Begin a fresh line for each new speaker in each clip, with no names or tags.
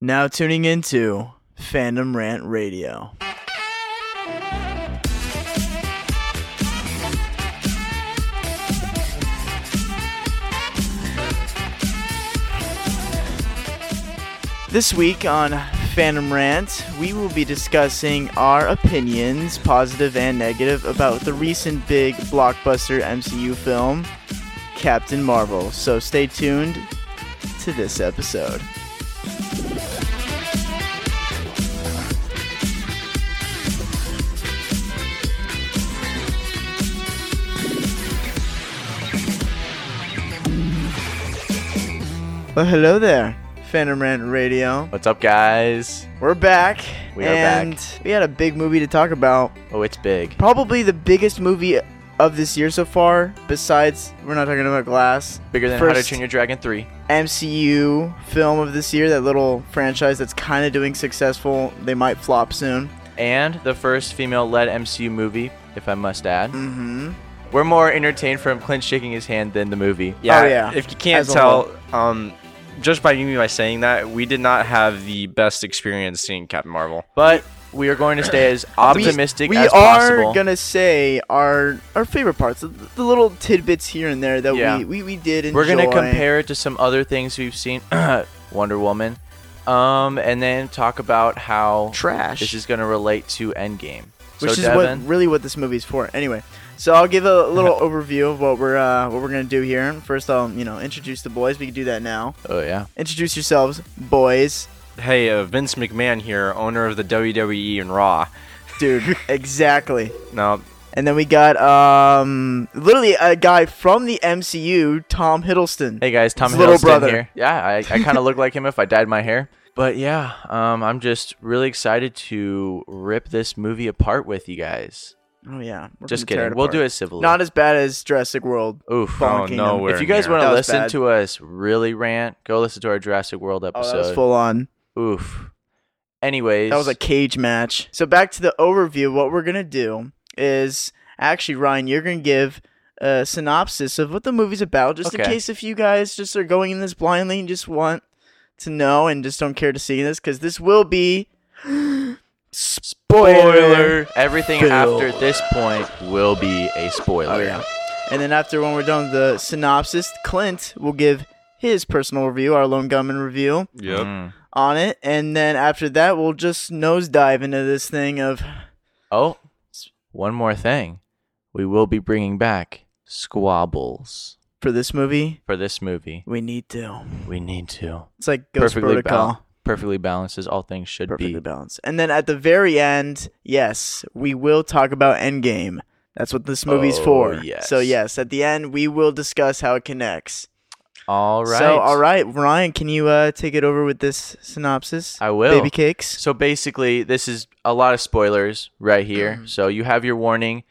Now tuning into Fandom Rant Radio. This week on Phantom Rant, we will be discussing our opinions, positive and negative, about the recent big blockbuster MCU film, Captain Marvel. So stay tuned to this episode. Well, hello there, Phantom Rant Radio.
What's up, guys?
We're back.
We are
and we had a big movie to talk about.
Oh, it's big.
Probably the biggest movie of this year so far, besides, we're not talking about Glass,
Bigger than How to
First-
Train Your Dragon 3.
MCU film of this year, that little franchise that's kind of doing successful. They might flop soon.
And the first female led MCU movie, if I must add.
Mm-hmm.
We're more entertained from Clint shaking his hand than the movie.
Yeah,
Oh, yeah.
If you can't
As a
tell, um, just by me by saying that, we did not have the best experience seeing Captain Marvel.
But we are going to stay as optimistic
we
as
are
possible.
gonna say our our favorite parts, the, the little tidbits here and there that
Yeah.
we, we we did enjoy.
We're going to compare it to some other things we've seen. Wonder Woman. Um, and then talk about how
trash,
this is going to relate to Endgame. So,
which is
Devin,
what really what this movie's for. Anyway, so I'll give a little overview of what we're uh, what we're gonna do here. First, I'll you know introduce the boys. We can do that now.
Oh, yeah.
Introduce yourselves, boys.
Hey, uh, Vince McMahon here, owner of the WWE and Raw.
Dude, exactly.
Now,
And then we got um literally a guy from the MCU, Tom Hiddleston.
Hey guys, Tom
His little
Hiddleston
brother.
here. Yeah, I, I kind of look like him if I dyed my hair. But yeah, um, I'm just really excited to rip this movie apart with you guys.
Oh yeah. We're
just
gonna tear
kidding. We'll do
apart.
it civilly.
Not as bad as Jurassic World.
Oof.
Fallen
oh,
Kingdom.
nowhere
if you guys
near.
want
That
to
was
listen
bad.
to us really rant, go listen to our Jurassic World
Oh, that was
episode.
full on.
Oof. Anyways,
That was a cage match. So back to the overview. What we're gonna do is actually Ryan, you're gonna give a synopsis of what the movie's about, just in
Okay.
case if you guys just are going in this blindly and just want to know and just don't care to see this, because this will be spoiler.
spoiler. Everything
Bill.
after this point will be a spoiler.
Oh yeah. And then after when we're done with the synopsis, Clint will give his personal review, our lone gunman review
Yep.
Mm.
on it, and then after that we'll just nosedive into this thing of
Oh, one more thing. We will be bringing back squabbles
for this movie
for this movie.
we need to.
We need to.
It's like Ghost Protocol.
bal- perfectly balanced as all things should
Perfectly
be.
balanced. And then at the very end, yes, we will talk about Endgame. That's what this movie's
Oh,
for.
yes.
So yes, at the end we will discuss how it connects.
all right.
So all right, Ryan, can you uh, take it over with this synopsis?
I will.
Baby cakes.
So basically, this is a lot of spoilers right here. So you have your warning.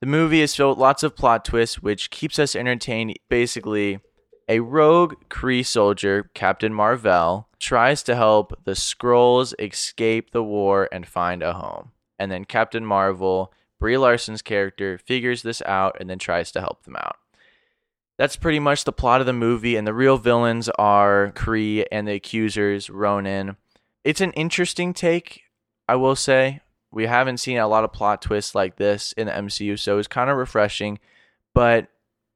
The movie is filled with lots of plot twists, which keeps us entertained. Basically, a rogue Kree soldier, Captain Marvel, tries to help the Skrulls escape the war and find a home. And then Captain Marvel, Brie Larson's character, figures this out and then tries to help them out. That's pretty much the plot of the movie, and the real villains are Kree and the accusers, Ronan. It's an interesting take, I will say. We haven't seen a lot of plot twists like this in the MCU, so it's kind of refreshing. But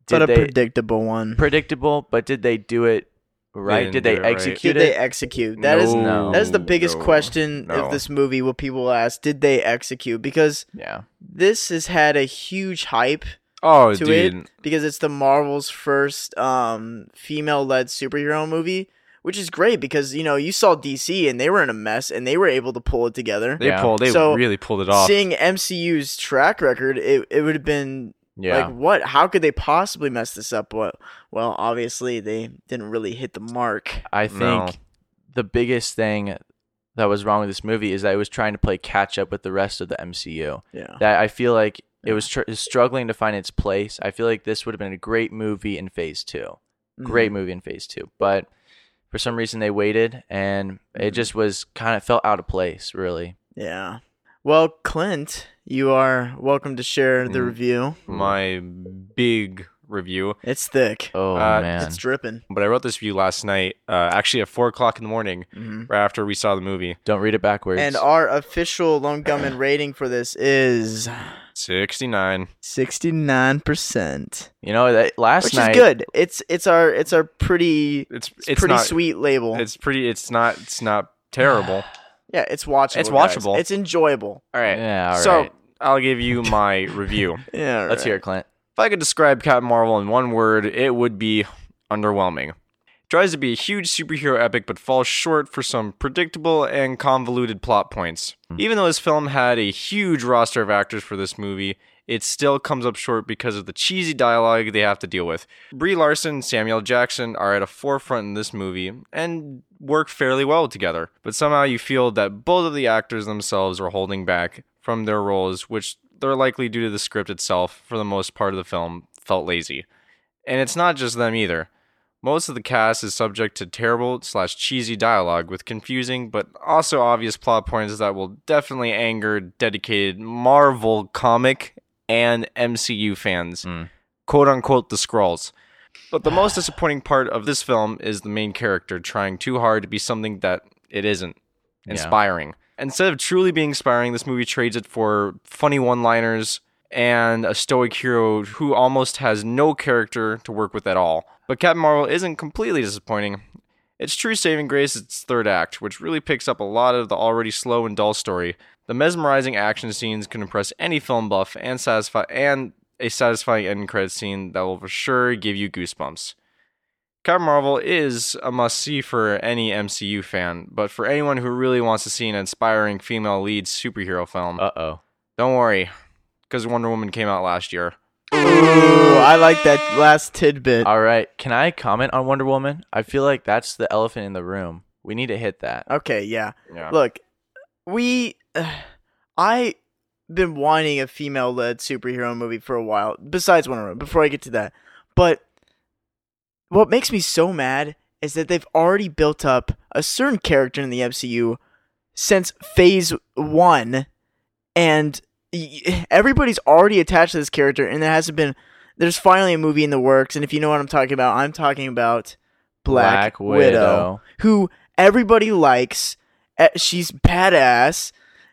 did
but a
they
predictable one.
predictable, but did they do it right?
didn't
Did they
do it right.
execute
Did they
it?
execute? That is
No.
that is the biggest
No.
question
No.
of this movie. What people ask: Did they execute? Because
Yeah.
this has had a huge hype
Oh,
to
dude.
it because it's the Marvel's first um, female-led superhero movie, which is great because you know you saw DC and they were in a mess and they were able to pull it together.
They
Yeah.
pulled. They
So,
really pulled it off.
Seeing MCU's track record, it, it would have been
Yeah.
like what? How could they possibly mess this up? What? Well, obviously they didn't really hit the mark.
I think
No.
the biggest thing that was wrong with this movie is that it was trying to play catch up with the rest of the MCU.
Yeah.
That I feel like it was tr- is struggling to find its place. I feel like this would have been a great movie in phase 2
Mm-hmm.
Great movie in phase two. But for some reason they waited and it
Mhm.
just was kind of felt out of place, really.
Yeah. Well,
Mm-hmm.
Clint, you are welcome to share the
Mm.
review.
My big review.
It's thick.
Oh
Uh,
man,
It's dripping.
But I wrote this review last night, uh, actually at four o'clock in the morning,
Mhm.
right after we saw the movie.
don't read it backwards.
And our official Lone Gunman rating for this is
Sixty nine.
sixty nine percent,
you know that last
which
night.
is good. It's it's our it's our pretty
It's it's,
pretty
not,
sweet label.
It's pretty. It's not. It's not terrible.
yeah, it's watchable.
It's
guys.
watchable.
It's enjoyable.
All right.
Yeah. all
so
right.
I'll give you my review.
Yeah,
let's hear it, Clint.
If I could describe Captain Marvel in one word, it would be underwhelming. Tries to be a huge superhero epic, but falls short for some predictable and convoluted plot points.
Hmm.
Even though this film had a huge roster of actors for this movie, it still comes up short because of the cheesy dialogue they have to deal with. Brie Larson and Samuel Jackson are at a forefront in this movie and work fairly well together, but somehow you feel that both of the actors themselves are holding back from their roles, which they're likely due to the script itself, for the most part of the film, felt lazy. And it's not just them either. Most of the cast is subject to terrible slash cheesy dialogue with confusing but also obvious plot points that will definitely anger dedicated Marvel comic and MCU fans,
Mm.
quote unquote, the Skrulls. But the most disappointing part of this film is the main character trying too hard to be something that it isn't
Yeah.
inspiring. Instead of truly being inspiring, this movie trades it for funny one liners and a stoic hero who almost has no character to work with at all. But Captain Marvel isn't completely disappointing. Its true saving grace is its third act, which really picks up a lot of the already slow and dull story. The mesmerizing action scenes can impress any film buff and satisfy and a satisfying end credit scene that will for sure give you goosebumps. Captain Marvel is a must see for any MCU fan, but for anyone who really wants to see an inspiring female lead superhero film,
Uh oh.
don't worry, because Wonder Woman came out last year.
Ooh, I like that last tidbit.
All right. Can I comment on Wonder Woman? I feel like that's the elephant in the room. We need to hit that.
Okay, yeah.
Yeah.
Look, we, I, been wanting a female-led superhero movie for a while. Besides Wonder Woman, before I get to that, but what makes me so mad is that they've already built up a certain character in the MCU since Phase One, and y- everybody's already attached to this character, and there hasn't been. There's finally a movie in the works, and if you know what I'm talking about, I'm talking about Black, Widow who everybody likes. Eh, She's badass,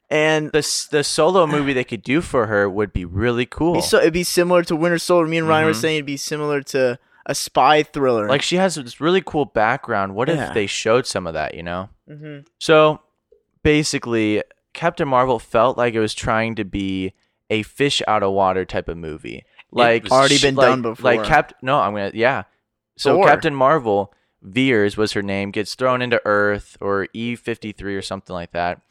and
The s- the solo movie they could do for her would be really cool.
be so, it'd be similar to Winter Soldier. Me and Ryan were
Mhm.
saying it'd be similar to a spy thriller.
like she has this really cool background. What
Yeah.
if they showed some of that? You know.
hmm
So basically, Captain Marvel felt like it was trying to be a fish out of water type of movie. Like
was
already
sh-
been
like-
done before.
Like Cap No, I'm gonna yeah. So
Thor.
Captain Marvel, Veers was her name, gets thrown into Earth or E fifty three or something like that.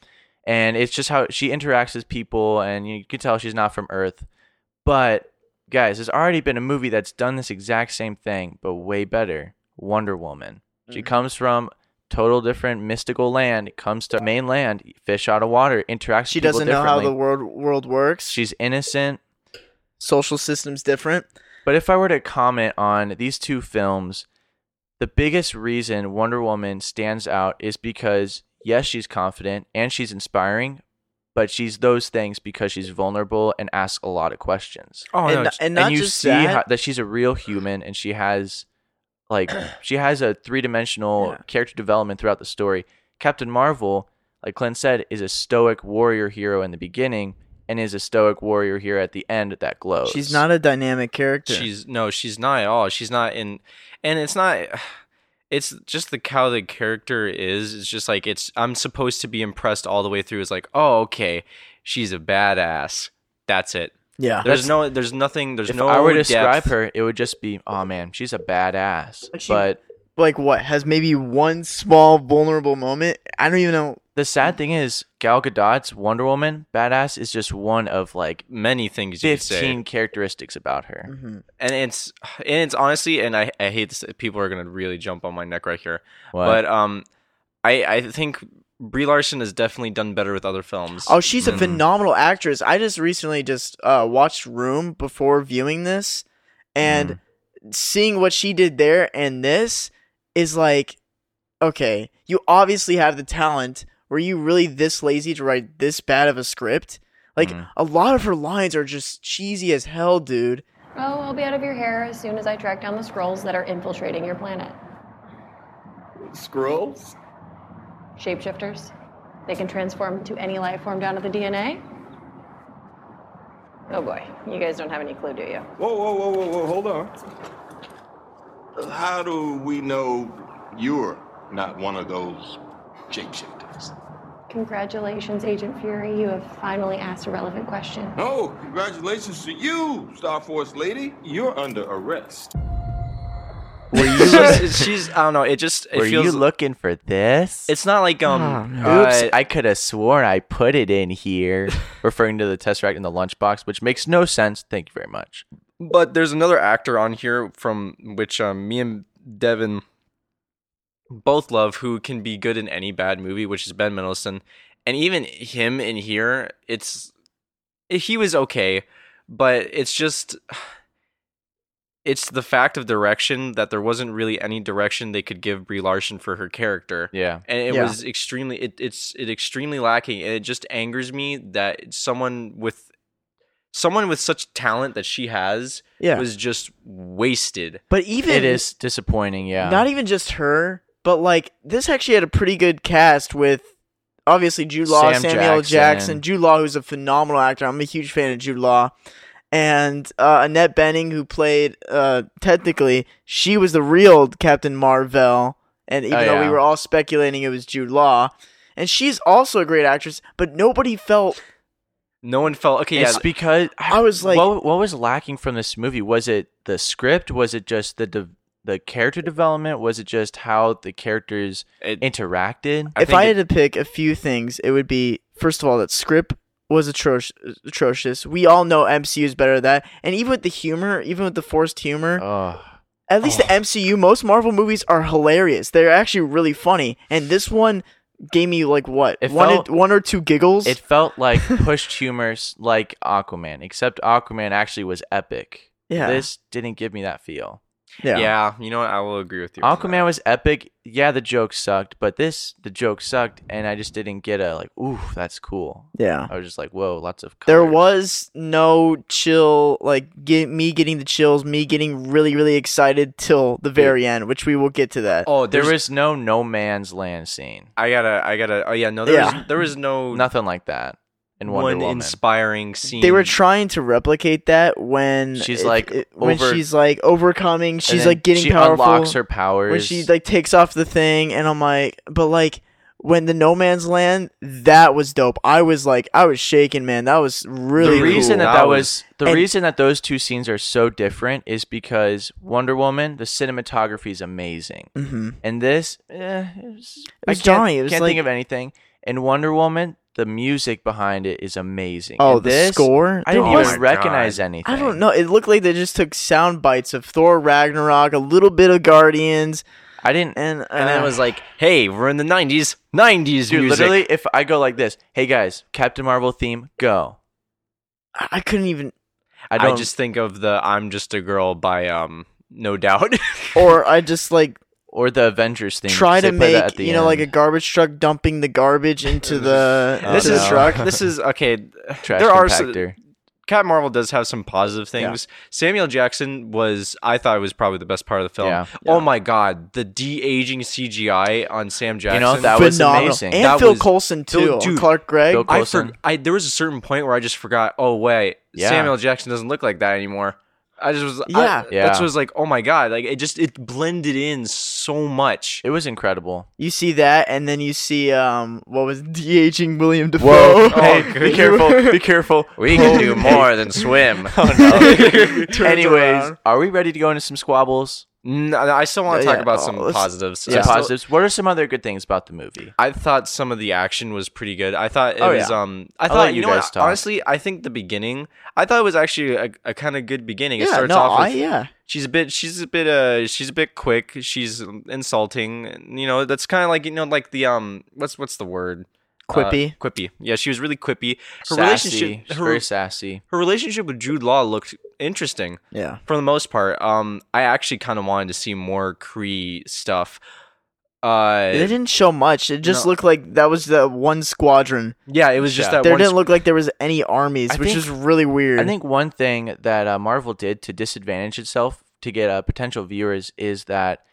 And it's just how she interacts with people and you can tell she's not from Earth. But guys, there's already been a movie that's done this exact same thing, but way better. Wonder Woman. She
Mhm.
comes from total different mystical land, comes to mainland, fish out of water, interacts.
she
with people
doesn't know how the
differently.
world world works.
She's innocent.
Social system's different.
But if I were to comment on these two films, the biggest reason Wonder Woman stands out is because yes, she's confident and she's inspiring, but she's those things because she's vulnerable and asks a lot of questions.
Oh,
and,
no,
n- and not
and you
just
see
that.
How, that she's a real human and she has like she has a three-dimensional
Yeah.
character development throughout the story captain marvel like clint said is a stoic warrior hero in the beginning and is a stoic warrior hero at the end that glows
she's not a dynamic character.
She's no, she's not at all. She's not in, and it's not. It's just the how the character is. It's just like it's. I'm supposed to be impressed all the way through. It's like, oh, okay, she's a badass. That's it.
yeah.
There's no. There's nothing. There's
Uh, if
no.
i were to
depth.
describe her it would just be oh man she's a badass
Like she-
but
Like what has maybe one small vulnerable moment. I don't even know.
the sad thing is gal gadot's wonder woman badass is just one of like
many things you could say.
15 characteristics about her
Mhm.
and it's and it's honestly and I, I hate this people are gonna really jump on my neck right here
What?
but um i i think brie larson has definitely done better with other films
Oh, she's a
Mhm.
phenomenal actress. I just recently just uh, watched Room before viewing this, and
Hmm.
seeing what she did there and this is like, okay, you obviously have the talent. Were you really this lazy to write this bad of a script? Like
Mhm.
a lot of her lines are just cheesy as hell, dude.
Oh, I'll be out of your hair as soon as I track down the scrolls that are infiltrating your planet.
Scrolls?
Shapeshifters. They can transform to any life form down to the DNA. Oh boy, you guys don't have any clue, do you?
Whoa, whoa, whoa, whoa, whoa, hold on. How do we know you're not one of those shapeshifters?
Congratulations, Agent Fury. You have finally asked a relevant question.
No, congratulations to you, Star Force lady. You're under arrest.
Were you? she's, she's. I don't know. It just. It
Were
feels.
you looking for this?
it's not like um.
Oops,
uh,
I could have sworn I put it in here, referring to the test rack in the lunchbox, which makes no sense. Thank you very much.
but there's another actor on here from which um, me and Devin both love, who can be good in any bad movie, which is Ben Mendelsohn, and even him in here, it's he was okay, but it's just it's the fact of direction that there wasn't really any direction they could give Brie Larson for her character
Yeah.
and it
Yeah.
was extremely it, it's it extremely lacking and it just angers me that someone with someone with such talent that she has
Yeah.
was just wasted
But even
It is disappointing, yeah.
not even just her, but like this actually had a pretty good cast with obviously Jude Law,
Sam
Samuel Jackson.
Jackson.
Jude Law, who's a phenomenal actor. I'm a huge fan of Jude Law, and uh, Annette Benning, who played uh, technically she was the real Captain Marvel, and even
Oh,
though we
yeah.
were all speculating it was Jude Law, and she's also a great actress, but nobody felt
no one felt okay yeah
it's because
I was like-
what, what was lacking from this movie? Was it the script? Was it just the de- the character development? Was it just how the characters
it-
interacted?
I
if
think
I
it-
had to pick a few things, it would be first of all that script was atroc- atrocious. We all know MCU is better at that, and even with the humor, even with the forced humor,
Ugh.
at least the MCU, most Marvel movies are hilarious. They're actually really funny, and this one gave me like what
It
one,
felt-
one or two giggles.
It felt like pushed humor s- like Aquaman, except Aquaman actually was epic.
yeah,
This didn't give me that feel.
yeah,
yeah. you know what i will agree with you on
Aquaman was epic. Yeah, the joke sucked, but this the joke sucked, and I just didn't get a like. Ooh, that's cool.
yeah.
I was just like, whoa, lots of.
There
colors.
was no chill, like get me getting the chills, me getting really, really excited till the very end, which we will get to that.
that. oh
There
there was
was no no man's land scene.
i gotta i gotta oh yeah no there
Yeah.
was there was no
Nothing like that in Wonder
one
Woman.
inspiring scene
they were trying to replicate that when
She's, like,
when
over-
she's like overcoming
And
she's
then
like getting
she
powerful
unlocks her powers.
when she like takes off the thing and i'm like but like when the no man's land that was dope i was like i was shaking man that was really
the reason
cool.
that that was the
And-
reason that those two scenes are so different is because Wonder Woman, the cinematography is amazing,
hmm
and this, eh, it was,
was
I can't,
jarring. It was
can't
like-
think of anything. And Wonder Woman, the music behind it is amazing.
oh
And
the
this,
score
I didn't
There
Oh
even
my
was-
recognize
God.
anything.
i don't know it looked like they just took sound bites of thor ragnarok a little bit of guardians
I didn't.
and uh,
and then it was like hey we're in the 90s 90s
Dude,
music.
literally, if I go like this, hey guys, Captain Marvel theme, go.
I- i couldn't even
I
I,
don't
just think of the i'm just a girl by um no doubt
or i just like
or the Avengers thing.
try to
because they
make
play that
you
at the
know like a
end.
garbage truck dumping the garbage into the
Oh,
this
into
is
the
no.
truck.
This is okay.
trash
there are so-
compactor.
Cat Marvel does have some positive
Yeah.
things. Samuel Jackson was, I thought, was probably the best part of the film.
Yeah.
Oh my god, the de aging CGI on Sam Jackson.
You know, that was
Phenomenal.
amazing.
And
That
Phil
was-
Colson too.
Phil-
on
dude,
Clark Gregg.
Phil-
I,
Coulson.
for, I there was a certain point where I just forgot. Oh wait,
Yeah.
Samuel Jackson doesn't look like that anymore. I just was I-
Yeah.
Yeah.
That's what was like. Oh my god, like it just it blended in so much.
It was incredible.
you see that, and then you see um what was de aging William Defoe.
Hey,
Oh, be careful! Be careful!
We can do more than swim.
Oh, Anyways,
around.
are we ready to go into some squabbles,
no, I still want to
Yeah,
talk
yeah.
about
Oh,
some
let's-
positives.
some
I still-
positives? What are some other good things about the movie?
I thought some of the action was pretty good. I thought it
Oh,
was
yeah.
um I
I'll
thought
let
you,
you
know
guys
what,
talk.
honestly I think the beginning I thought it was actually a, a kind of good beginning. It
yeah,
starts
no,
off
I,
with
yeah,
uh,
she's a bit she's a bit uh she's a bit quick, she's um, insulting, and, you know, that's kind of like you know like the um what's what's the word? Uh,
quippy.
quippy. Yeah, she was really quippy. Her
sassy.
relationship
She's
her,
very sassy.
her relationship with Jude Law looked interesting
yeah,
for the most part. Um, I actually kind of wanted to see more Cree stuff.
They
Uh,
didn't show much. It just
No.
looked like that was the one squadron.
yeah, it was just
Yeah.
that
There
one.
didn't look like there was any armies,
I
which
think-
is really weird.
I think one thing that uh, Marvel did to disadvantage itself to get uh, potential viewers is that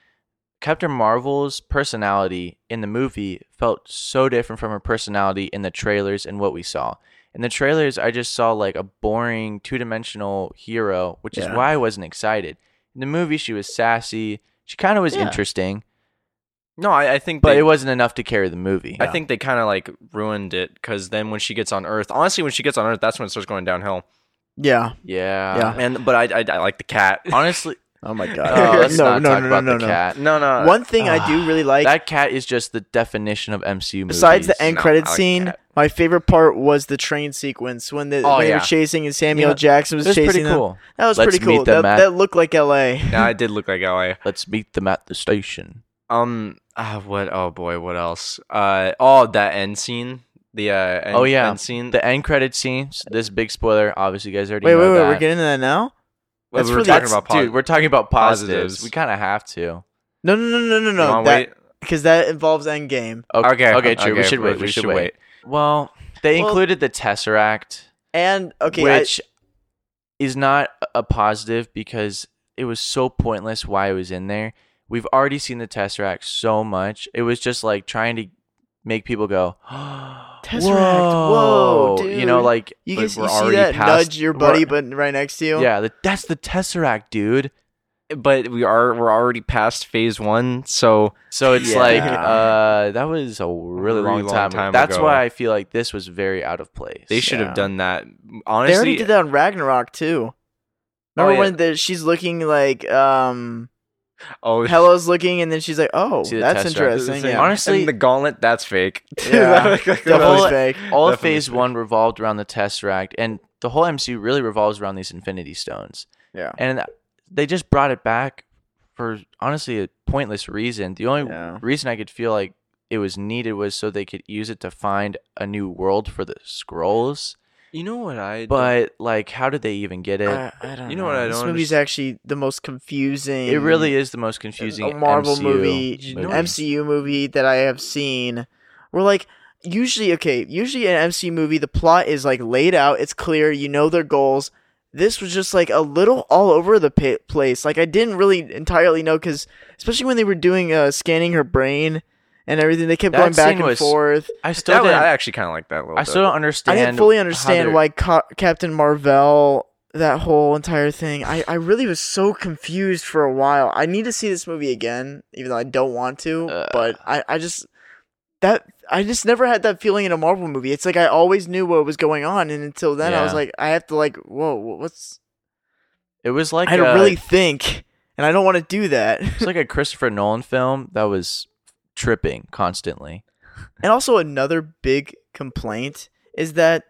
Captain Marvel's personality in the movie felt so different from her personality in the trailers and what we saw. In the trailers, I just saw like a boring two dimensional hero, which
Yeah.
is why I wasn't excited. In the movie, she was sassy. She kind of was
Yeah.
interesting,
no, I, I think,
but
they,
it wasn't enough to carry the movie.
I think they kind of like ruined it because then when she gets on Earth, honestly, when she gets on Earth, that's when it starts going downhill.
yeah.
Yeah.
Yeah.
And but I, I, I like the cat.
Honestly,
Oh my
oh,
god.
let's not talk about the cat. Ah.
no, no.
One thing I do really like
that cat is just the definition of MCU.
Besides the
movies.
end
No,
credit
I like
scene,
that.
my favorite part was the train sequence when, the,
Oh,
when they
yeah.
were chasing and Samuel
Yeah.
Jackson was,
It was pretty
chasing them.
cool.
That was
Let's
pretty
meet
cool.
them
that,
at-
that looked like L.A.
no, it did look like LA.
let's meet them at the station.
Um, ah, what? Oh boy, what else? Uh, oh, that end scene. The uh, end,
Oh, yeah.
end scene.
The end credit scene. s- This big spoiler. Obviously, you guys already
Wait, wait,
know
wait.
that.
We're getting into that now.
Well,
that's
we were
really-
talking
that's-
about pos-
Dude, we're talking about positives.
positives.
We kind of have to.
No, no, no, no, no,
You wanna
no.
wait?
That because that involves Endgame
Okay,
Okay. True. we
okay,
should
we-
wait. We, should wait. Well, they
Well-
included the tesseract,
and okay, I-
which is not a- a positive because it was so pointless. Why it was in there. We've already seen the tesseract so much. It was just like trying to make people go.
Tesseract.
Whoa,
Whoa,
You know,
dude.
like
you
but
guys you
we're
see
already
that
past-
nudge your
we're-
buddy, but right next to you.
Yeah, the, that's the Tesseract, dude.
But we are we're already past phase one, so
So it's
Yeah.
like uh, that was a really,
Really
long,
long
time.
time
That's
ago.
why I feel like this was very out of place.
they should
Yeah.
have done that.
they already
Honestly,
did that on Ragnarok too.
Oh,
Remember
yeah.
when the, she's looking like um
oh,
Hello's looking, and then she's like, "Oh,
See the
that's
Tesseract. This is
interesting."
the
Yeah.
same- Honestly-
And the gauntlet that's fake.
Yeah.
whole-
Definitely fake.
All of
Definitely
Phase One revolved around the Tesseract, and the whole MCU really revolves around these Infinity Stones.
Yeah.
and they just brought it back for honestly a pointless reason. The only
Yeah.
reason I could feel like it was needed was so they could use it to find a new world for the scrolls.
You know what I?
But like, how did they even get it?
I, I don't
You know what I
This
don't
movie's actually the most confusing.
It really is the most confusing
a Marvel
MCU
movie,
You know
an
what-
MCU movie that I have seen. We're like usually okay. Usually an MCU movie, the plot is like laid out. It's clear. You know their goals. This was just like a little all over the pa- place. Like I didn't really entirely know because especially when they were doing uh, scanning her brain and everything, they kept
That
going back
scene
and
was-
forth.
I still
that was,
didn't-
I actually kind of like that a little.
I
bit.
still don't understand.
I didn't fully
how
understand
they're-
why Ca Captain Marvel that whole entire thing. I, I really was so confused for a while. I need to see this movie again, even though I don't want to.
Uh.
but I, I just that I just never had that feeling in a Marvel movie. It's like I always knew what was going on, and until then I was
Yeah.
like, I have to like, whoa, wh- what's?
it was like
I
uh,
had
a,
to really think, and I don't want to do that.
It's like a Christopher Nolan film that was tripping constantly.
And also another big complaint is that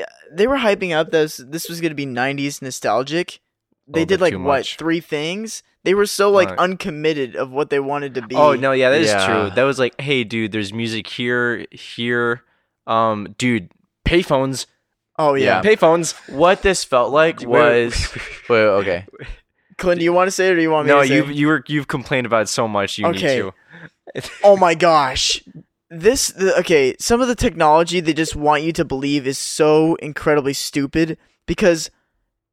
uh, they were hyping up this this was going to be 90s nostalgic. They
Little
did
bit
like
too
what,
much.
3 things? They were so like
Right.
uncommitted of what they wanted to be.
Oh no, yeah, that is
Yeah.
true. That was like, hey, dude, there's music here, here, um, dude, payphones,
Oh yeah.
Yeah.
payphones.
What this felt like
Wait,
was wait, okay.
Clint, do you want to say it or do you want me
No,
to say
you
it?
you were you've complained about it so much. You
Okay.
need to.
Oh my gosh. This the, okay, some of the technology they just want you to believe is so incredibly stupid because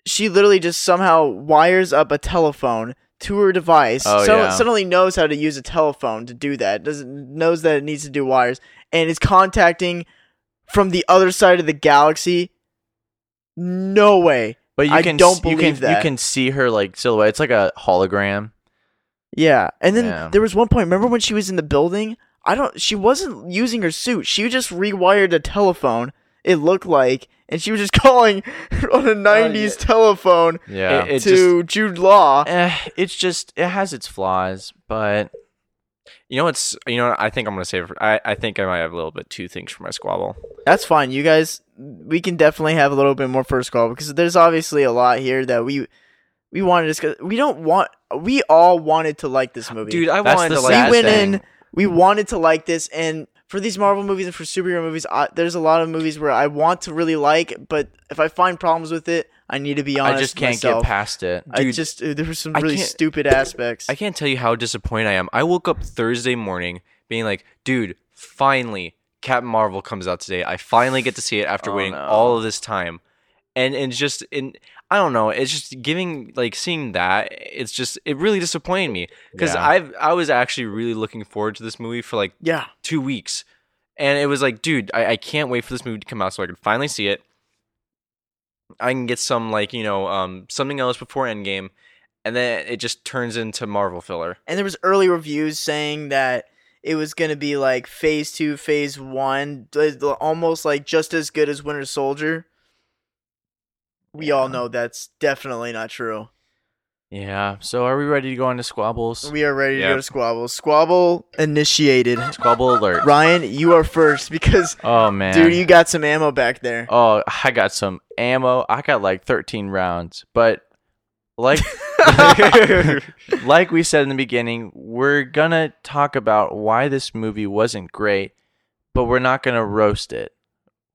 she literally just somehow wires up a telephone to her device.
Oh,
so
yeah.
suddenly knows how to use a telephone to do that. Doesn't knows that it needs to do wires and is contacting from the other side of the galaxy. No way.
But you
I
can
don't
s- you
believe
can,
that.
You can see her like silhouette. It's like a hologram.
Yeah. And then
Yeah.
there was one point, remember when she was in the building? I don't she wasn't using her suit. She just rewired a telephone, it looked like, and she was just calling on a nineties telephone
Yeah.
Oh, It- it just-
to Jude Law.
Eh, it's just it has its flaws, but
You know what's you know what I think I'm gonna save. For, I I think I might have a little bit two things for my squabble.
That's fine. You guys we can definitely have a little bit more first call because there's obviously a lot here that we we want to discuss. We don't want we all wanted to like this movie.
Dude, I
That's
wanted
the
to
we
like.
sad
went
thing.
in we wanted to like this and for these marvel movies and for superhero movies I, there's a lot of movies where i want to really like but if i find problems with it I need to be honest.
I just
with
can't
myself.
get past it.
I
Dude,
just uh, there were some
I
really
can't-
stupid aspects.
I can't tell you how disappointed I am. I woke up Thursday morning being like, dude, finally Captain Marvel comes out today. I finally get to see it after
Oh,
waiting
no.
all of this time. And and just in I don't know, it's just giving like seeing that, it's just it really disappointed me cuz
Yeah.
I've I was actually really looking forward to this movie for like
yeah,
2 weeks. And it was like, dude, I, I can't wait for this movie to come out so I can finally see it. I can get some like, you know, um something else before Endgame. And then it just turns into Marvel filler.
and there was early reviews saying that it was going to be like phase two, phase one, d- d- almost like just as good as Winter Soldier. We all know that's definitely not true.
Yeah. So are we ready to go on to squabbles?
We are ready to go
Yep.
to Squabble. Squabble initiated.
Squabble alert.
Ryan, you are first because
Oh man.
dude, you got some ammo back there.
Oh, I got some ammo. I got like 13 rounds, but like like we said in the beginning, we're going to talk about why this movie wasn't great, but we're not going to roast it.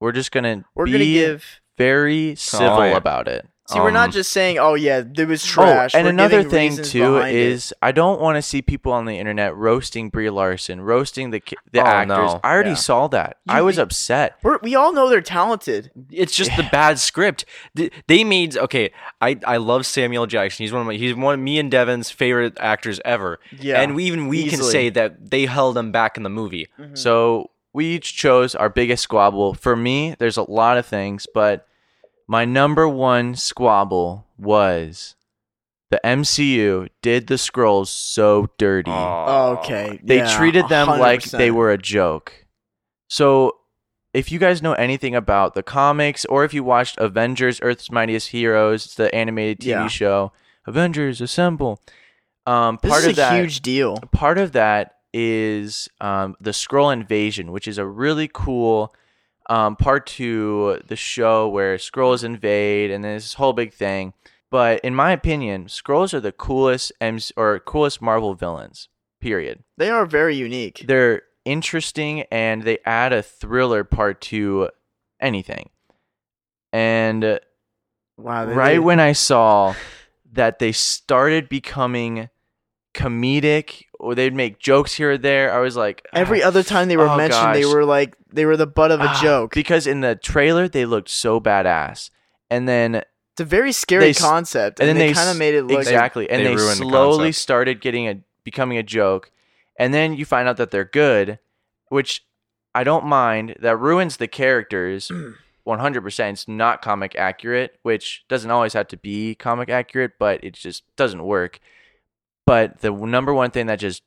We're just going to
We're
be
gonna give.
very civil
Oh, yeah.
about it.
See, we're not
um,
just saying, "Oh yeah, there was trash."
Oh, and
We're
another
giving
thing
reasons
too
behind it.
is I don't want to see people on the internet roasting Brie Larson, roasting the ki- the
Oh,
actors.
no.
I already
Yeah.
saw that.
You
I was
think-
upset.
We're, we all know they're talented.
It's just the bad script. Th- They made okay. I, I love Samuel Jackson. He's one of my he's one of me and Devin's favorite actors ever.
Yeah,
and we, even we can
easily.
say that they held him back in the movie.
Mm-hmm.
So we each chose our biggest squabble. For me, there's a lot of things, but my number one squabble was the MCU did the scrolls so dirty.
okay,
They
yeah,
treated them like
100%.
they were a joke. So if you guys know anything about the comics or if you watched Avengers Earth's Mightiest Heroes, it's the animated TV
Yeah.
show, Avengers Assemble. Um,
This
part
is
of
a
that
huge deal.
part of that is um, the scroll invasion, which is a really cool um, part to the show where scrolls invade, and there's this whole big thing. But in my opinion, scrolls are the coolest MC- or coolest Marvel villains. Period.
They are very unique.
They're interesting and they add a thriller part to anything. And uh,
Wow, they-
right
they-
when I saw that they started becoming comedic or they'd make jokes here or there, I was like,
every
"Ah,
other time they were
oh
mentioned, they
gosh,
were like they were the butt of a
ah,"
joke.
Because in the trailer, they looked so badass. And then
It's a very scary
they s-
concept,
and, then they,
kind
s-
of made it look
exactly, and
they
they,
ruined the
slowly
concept.
started getting a becoming a joke, and then you find out that they're good, which I don't mind. That ruins the characters. 100% it's not comic accurate which doesn't always have to be comic accurate but it just doesn't work but the number one thing that just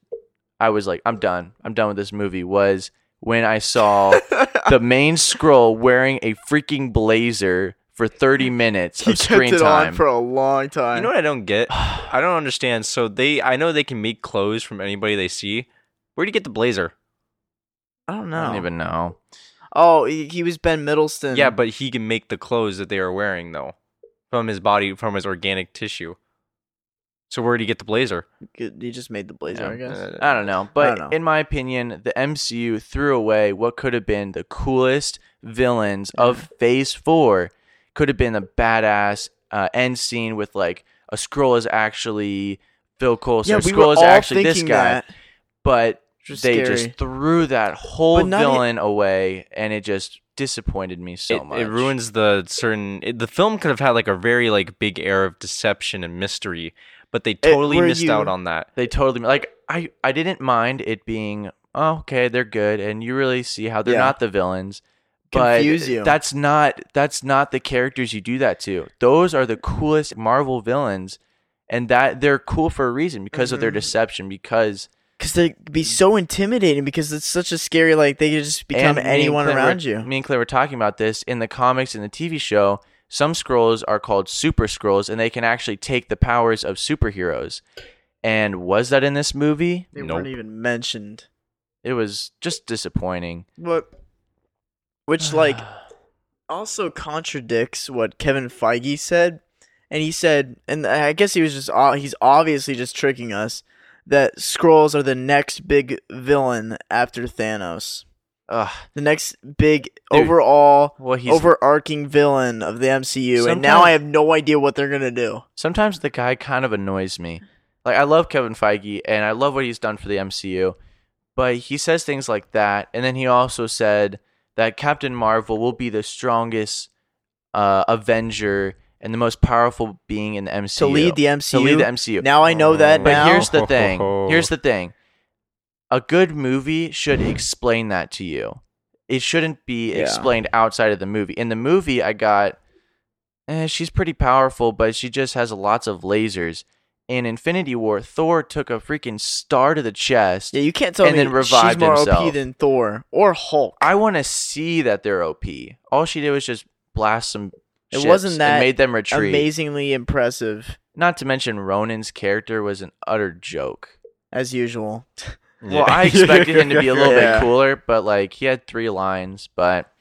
i was like i'm done i'm done with this movie was when i saw the main scroll wearing a freaking blazer for 30 minutes
he
of
kept
screen
it
time
on for a long time.
You know what I don't get? I don't understand. So they I know they can make clothes from anybody they see. Where do you get the blazer?
I don't know.
I don't even know.
Oh, he, he was Ben Middleston.
Yeah, but he can make the clothes that they are wearing though, from his body, from his organic tissue. So where do you get the blazer?
he just made the blazer. I guess.
Uh,
I don't know. But
don't know.
in my opinion, the MCU threw away what could have been the coolest villains of Phase 4. Could have been a badass uh, end scene with like a scroll is actually Phil Coulson.
yeah,
or
we
scroll
were
is
all
actually
thinking
this guy.
that.
But
Just
they
scary.
just threw that whole
But not e-
villain away and it just disappointed me so
it,
much.
it ruins the certain. It, the film could have had like a very like big air of deception and mystery, but they totally
where
missed
you-
out on that.
They totally like I I didn't mind it being oh, okay, they're good and you really see how they're
Yeah.
not the villains. But
Confuse you.
that's not that's not the characters you do that to. Those are the coolest Marvel villains and that they're cool for a reason because of their
Mm-hmm.
deception because
because they'd be so intimidating because it's such a scary like they could just become
and me and
anyone
Clint were-
around you.
Me and Claire were talking about this in the comics and the TV show. Some scrolls are called super scrolls and they can actually take the powers of superheroes. And was that in this movie?
They
Nope.
weren't even mentioned.
It was just disappointing.
What? Which like also contradicts what Kevin Feige said, and he said, and I guess he was just o- he's obviously just tricking us that scrolls are the next big villain after Thanos.
Ugh.
the next big
Dude.
overall
Well, he's
overarching villain of the MCU, and now
Sometime-
I have no idea what they're gonna do.
sometimes the guy kind of annoys me. Like I love Kevin Feige and I love what he's done for the MCU, but he says things like that, and then he also said that Captain Marvel will be the strongest uh, Avenger and the most powerful being in the MCU
To lead the MCU.
To lead the MCU.
Now I know that.
But
now
here's the thing. Here's the thing. A good movie should explain that to you. It shouldn't be
Yeah.
explained outside of the movie. In the movie, I got, eh, she's pretty powerful, but she just has lots of lasers. In Infinity War, Thor took a freaking star to the chest.
yeah, you can't tell
and
me
then revived
she's more
himself.
OP than Thor or Hulk.
I want to see that they're OP. All she did was just blast some.
It
ships
wasn't that
and made them retreat.
Amazingly impressive
Not to mention Ronan's character was an utter joke.
as usual.
Well, I expected him to be a little
Yeah.
bit cooler, but like he had three lines, but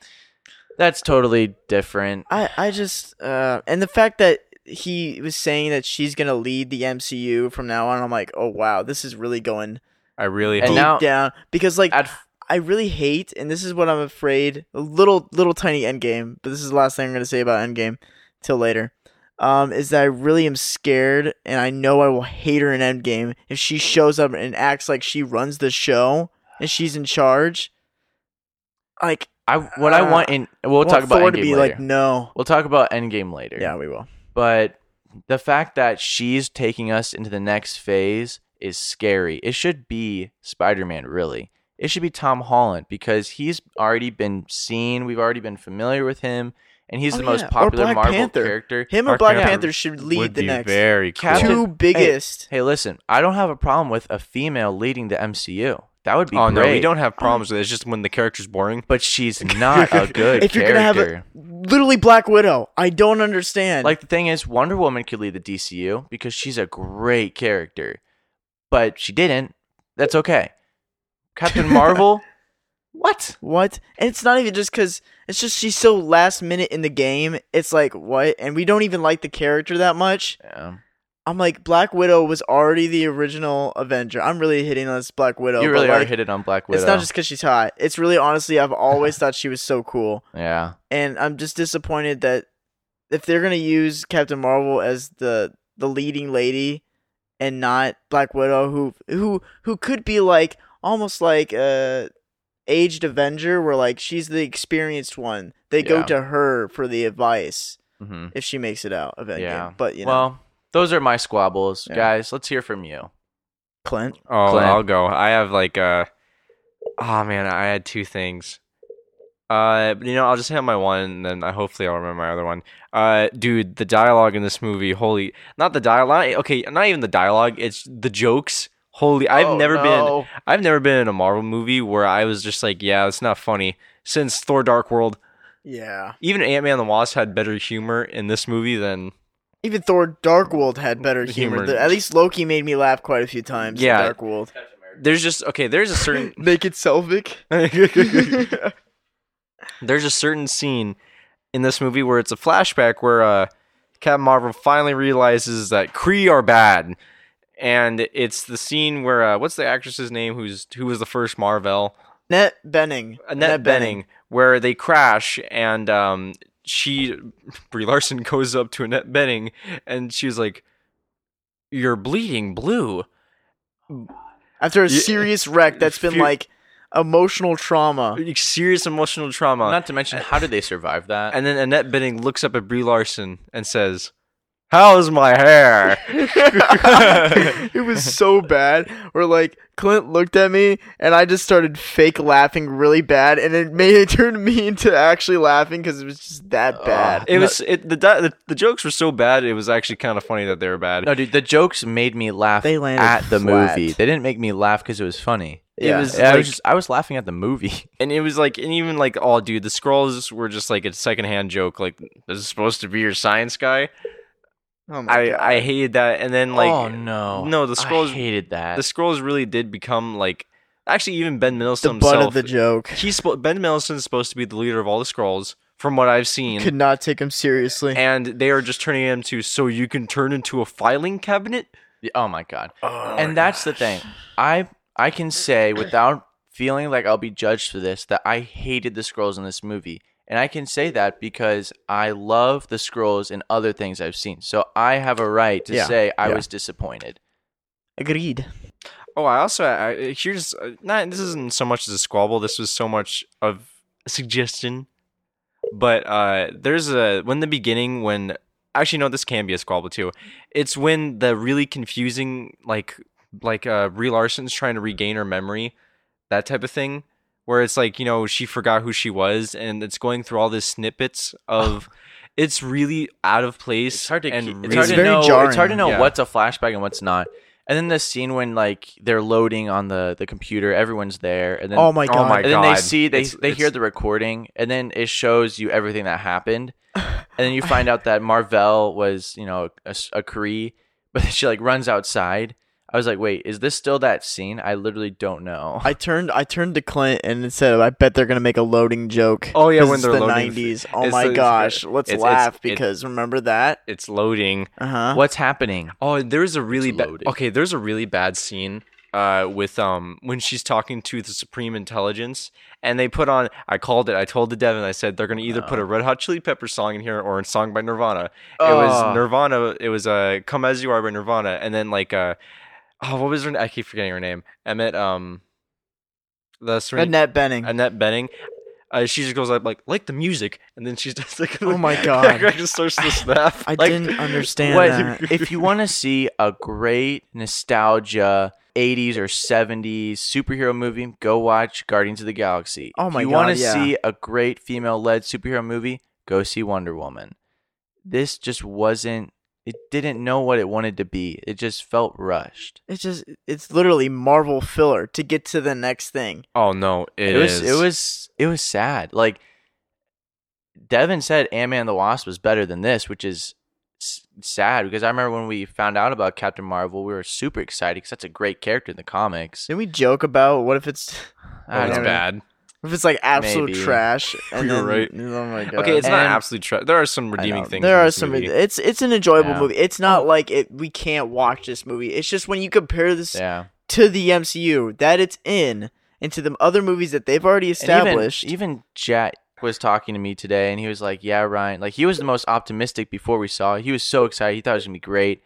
that's totally different.
I I just uh, and the fact that he was saying that she's gonna lead the MCU from now on, I'm like, oh wow, this is really going
I really
And
deep
hope.
now-
down because like
I'd-
I really hate, and this is what I'm afraid. A little, little tiny Endgame, but this is the last thing I'm gonna say about Endgame till later. Um, is that I really am scared, and I know I will hate her in Endgame if she shows up and acts like she runs the show and she's in charge. Like,
I what I want in we'll
I
talk
want
about
Thor
Endgame
to be
later.
like, no,
we'll talk about Endgame later.
yeah, we will.
but the fact that she's taking us into the next phase is scary. It should be Spider-Man, really. It should be Tom Holland because he's already been seen. We've already been familiar with him, and he's
Oh,
the most
yeah, or
popular
Black
Marvel
Panther.
character.
Him or
Black
Black
Panther
Panther should lead
would
the
be
next
Very cool.
Captain-
two biggest.
Hey, listen, I don't have a problem with a female leading the MCU. That would be
Oh
great.
no, we don't have problems with it. It's just when the character's boring.
But she's not a good
if you're
character.
gonna have a literally Black Widow, I don't understand.
like the thing is, Wonder Woman could lead the DCU because she's a great character, but she didn't. That's okay. Captain Marvel, what?
What? And it's not even just because it's just she's so last minute in the game. It's like what? And we don't even like the character that much.
Um,
I'm like Black Widow was already the original Avenger. I'm really hitting on this Black Widow.
you
but,
really are
like,
hitting on Black Widow.
It's not just because she's hot. It's really honestly, I've always thought she was so cool,
yeah.
and I'm just disappointed that if they're gonna use Captain Marvel as the the leading lady and not Black Widow, who who who could be like almost like a aged Avenger, where like she's the experienced one. They go
Yeah.
to her for the advice
hmm
if she makes it out of Endgame.
Yeah.
But you know,
Well, those are my squabbles,
Yeah.
guys. Let's hear from you.
Clint,
Oh,
Clint.
I'll go. I have like uh Oh man, I had two things. Uh, you know, I'll just hit my one, and then I hopefully I'll remember my other one. Uh, dude, the dialogue in this movie, holy, not the dialogue. Okay, not even the dialogue. It's the jokes. Holy, I've
Oh,
never been,
no.
I've never been in a Marvel movie where I was just like, yeah, it's not funny. Since Thor: Dark World,
yeah,
even Ant Man and the Wasp had better humor in this movie than
even Thor Dark World had better humor.
Humor.
The- At least Loki made me laugh quite a few times. in
Yeah.
Dark World.
there's just okay. There's a certain
Naked Selvig.
there's a certain scene in this movie where it's a flashback where uh, Captain Marvel finally realizes that Kree are bad, and it's the scene where uh, what's the actress's name who's who was the first Marvel
Annette Benning.
Annette Benning, where they crash and um, she Brie Larson goes up to Annette Benning and she's like, "You're bleeding blue."
After a
Yeah.
serious wreck that's been
Few-
like emotional trauma.
Serious emotional trauma.
Not to mention, how did they survive that?
And then Annette Benning looks up at Brie Larson and says, "How's my hair?"
it was so bad. Where like Clint looked at me and I just started fake laughing really bad, and it made it turned me into actually laughing because it was just that bad.
It was it, the, di- the the jokes were so bad. It was actually kind of funny that they were bad.
no, dude, the jokes made me laugh
They landed
at the
flat.
movie. They didn't make me laugh because it was funny.
It Yeah.
was
I
like-
was just I was laughing at the movie.
And it was like, and even like, oh, dude, the scrolls were just like a secondhand joke. Like, this is supposed to be your science guy.
Oh my
I
God.
I hated that. And then like,
oh no,
no, the scrolls-
I hated that.
the scrolls really did become like, actually, even Ben
the
Mendelsohn
butt
himself.
of the joke.
he's spo- Ben Mendelsohn's supposed to be the leader of all the scrolls, from what I've seen.
Could not take him seriously.
and they are just turning him to so you can turn into a filing cabinet.
Oh, The- oh my god, and that's the thing. I I can say without feeling like I'll be judged for this that I hated the scrolls in this movie. And I can say that because I love the scrolls and other things I've seen. So I have a right to
Yeah,
say I
yeah.
was disappointed.
Agreed.
Oh, I also I, here's uh, not this isn't so much as a squabble. This was so much of a suggestion. But uh, there's a when the beginning when actually no, this can be a squabble too. It's when the really confusing like like uh, Brie Larson's trying to regain her memory, that type of thing, where it's like you know she forgot who she was and it's going through all these snippets of. It's really out of place.
It's hard to
and
keep, it's,
really-
hard to
very
know,
jarring.
it's hard to know
Yeah.
what's a flashback and what's not. And then the scene when like they're loading on the, the computer, everyone's there, and then
Oh my god.
my
and then they
God.
see they
It's-
they
it's-
hear the recording, and then it shows you everything that happened, and then you find out that Marvell was you know a, s- a Kree, but then she like runs outside. I was like, wait, is this still that scene? I literally don't know.
I turned I turned to Clint and said, "I bet they're gonna make a loading joke."
Oh, yeah,
'cause
when
it's
they're
the
loading-
'90s. Oh
it's-
my
it's-
gosh, let's
it's- it's-
laugh
it-
because remember that?
it's loading.
Uh huh.
What's happening?
Oh, there's a really bad.
loaded.
Okay, there's a really bad scene uh, with um when she's talking to the Supreme Intelligence, and they put on. I called it. I told the Devin. I said they're gonna either put a
Uh.
Red Hot Chili Pepper song in here or a song by Nirvana. It
Oh.
Ah.
was Nirvana. It was uh, "Come As You Are" by Nirvana, and then like uh, oh, what was her? I keep forgetting her name. Emmett. Um, the Serena,
Annette Benning.
Annette Benning. Uh, she just goes like, like like the music, and then she's just like,
Oh my God.
I just starts to snap.
I
Like,
didn't understand
What-
that.
if you want to see a great nostalgia 80s or 70s superhero movie, go watch Guardians of the Galaxy.
Oh my
if you
God,
want to
yeah.
see a great female-led superhero movie, go see Wonder Woman. This just wasn't it didn't know what it wanted to be. It just felt rushed.
It's just it's literally Marvel filler to get to the next thing.
Oh no,
It, was it was it was sad. Like Devin said Ant-Man and the Wasp was better than this, which is s- sad because I remember when we found out about Captain Marvel, we were super excited because that's a great character in the comics.
Didn't we joke about what if it's
Oh,
I
it's
don't know.
bad.
if it's like absolute
Maybe.
trash? And
You're
then,
right.
Oh my god.
Okay, it's not
And-
absolute trash. There are some
I
redeeming
know.
things.
There
in
are
this
some.
movie.
It's it's an enjoyable
Yeah.
movie. It's not like it. We can't watch this movie. It's just when you compare this
Yeah.
to the MCU that it's in and to the other movies that they've already
And even-
established.
Even, Jet was talking to me today, and he was like, "Yeah, Ryan." Like he was the most optimistic before we saw. it. He was so excited. He thought it was gonna be great.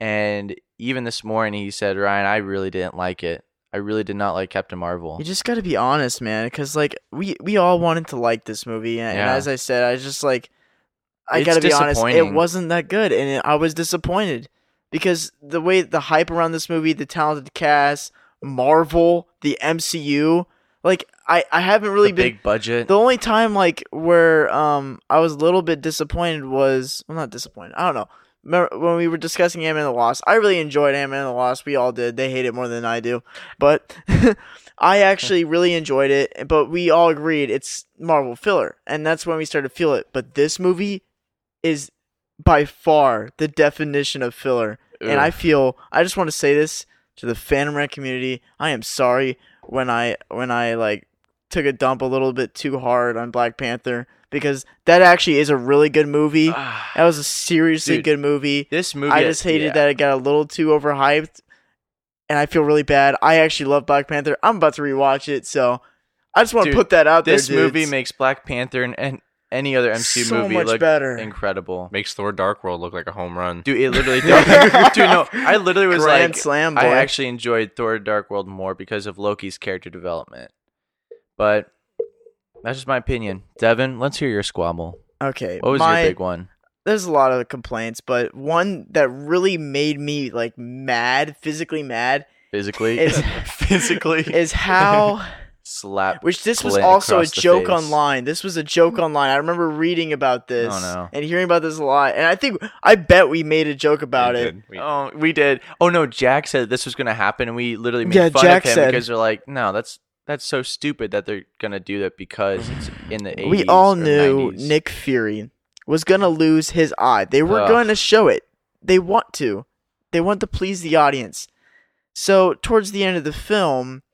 And even this morning, he said, "Ryan, I really didn't like it. I really did not like Captain Marvel."
you just got to be honest, man, because like we we all wanted to like this movie, and, and
Yeah.
as I said, I just like I
It's
got to be honest, it
disappointing.
wasn't that good, and it, I was disappointed because the way the hype around this movie, the talented cast, Marvel, the MCU, like I I haven't really
the
been
big budget.
The only time like where um I was a little bit disappointed was well not disappointed I don't know Remember when we were discussing Ant Man and the Lost I really enjoyed Ant Man and the Lost we all did they hate it more than I do but I actually really enjoyed it but we all agreed it's Marvel filler and that's when we started to feel it but this movie is by far the definition of filler and I feel I just want to say this to the Phantom Rant community I am sorry when I when I like took a dump a little bit too hard on Black Panther because that actually is a really good movie.
Ah,
That was a seriously
Dude,
good movie.
this movie,
I just hated
yeah.
that it got a little too overhyped, and I feel really bad. I actually love Black Panther. I'm about to rewatch it, so I just want to
Dude,
put that out
This
there.
movie
dudes.
makes Black Panther and, and any other MCU
So
movie
much
look
better.
incredible.
makes Thor: Dark World look like a home run.
Dude, it literally does. Dude, no, I literally was
Grand
like,
slam,
I
boy.
actually enjoyed Thor: Dark World more because of Loki's character development. But that's just my opinion. Devin, let's hear your squabble.
okay.
What was
my,
your big one?
there's a lot of complaints, but one that really made me like mad, physically mad,
Physically,
is
physically
is how.
slap.
Which this was
Clint
also a
across the
joke
face.
online. This was a joke online. I remember reading about this
Oh, no.
and hearing about this a lot. And I think I bet we made a joke about it.
Oh, we did. Oh no, Jack said this was gonna happen, and we literally made
Yeah,
fun
Jack
of him
said-
because they're like, no, that's that's so stupid that they're gonna do that because it's in the 80s
We all
or
knew
90s.
Nick Fury was gonna lose his eye. They were
Ugh.
going to show it. They want to. They want to please the audience. So towards the end of the film,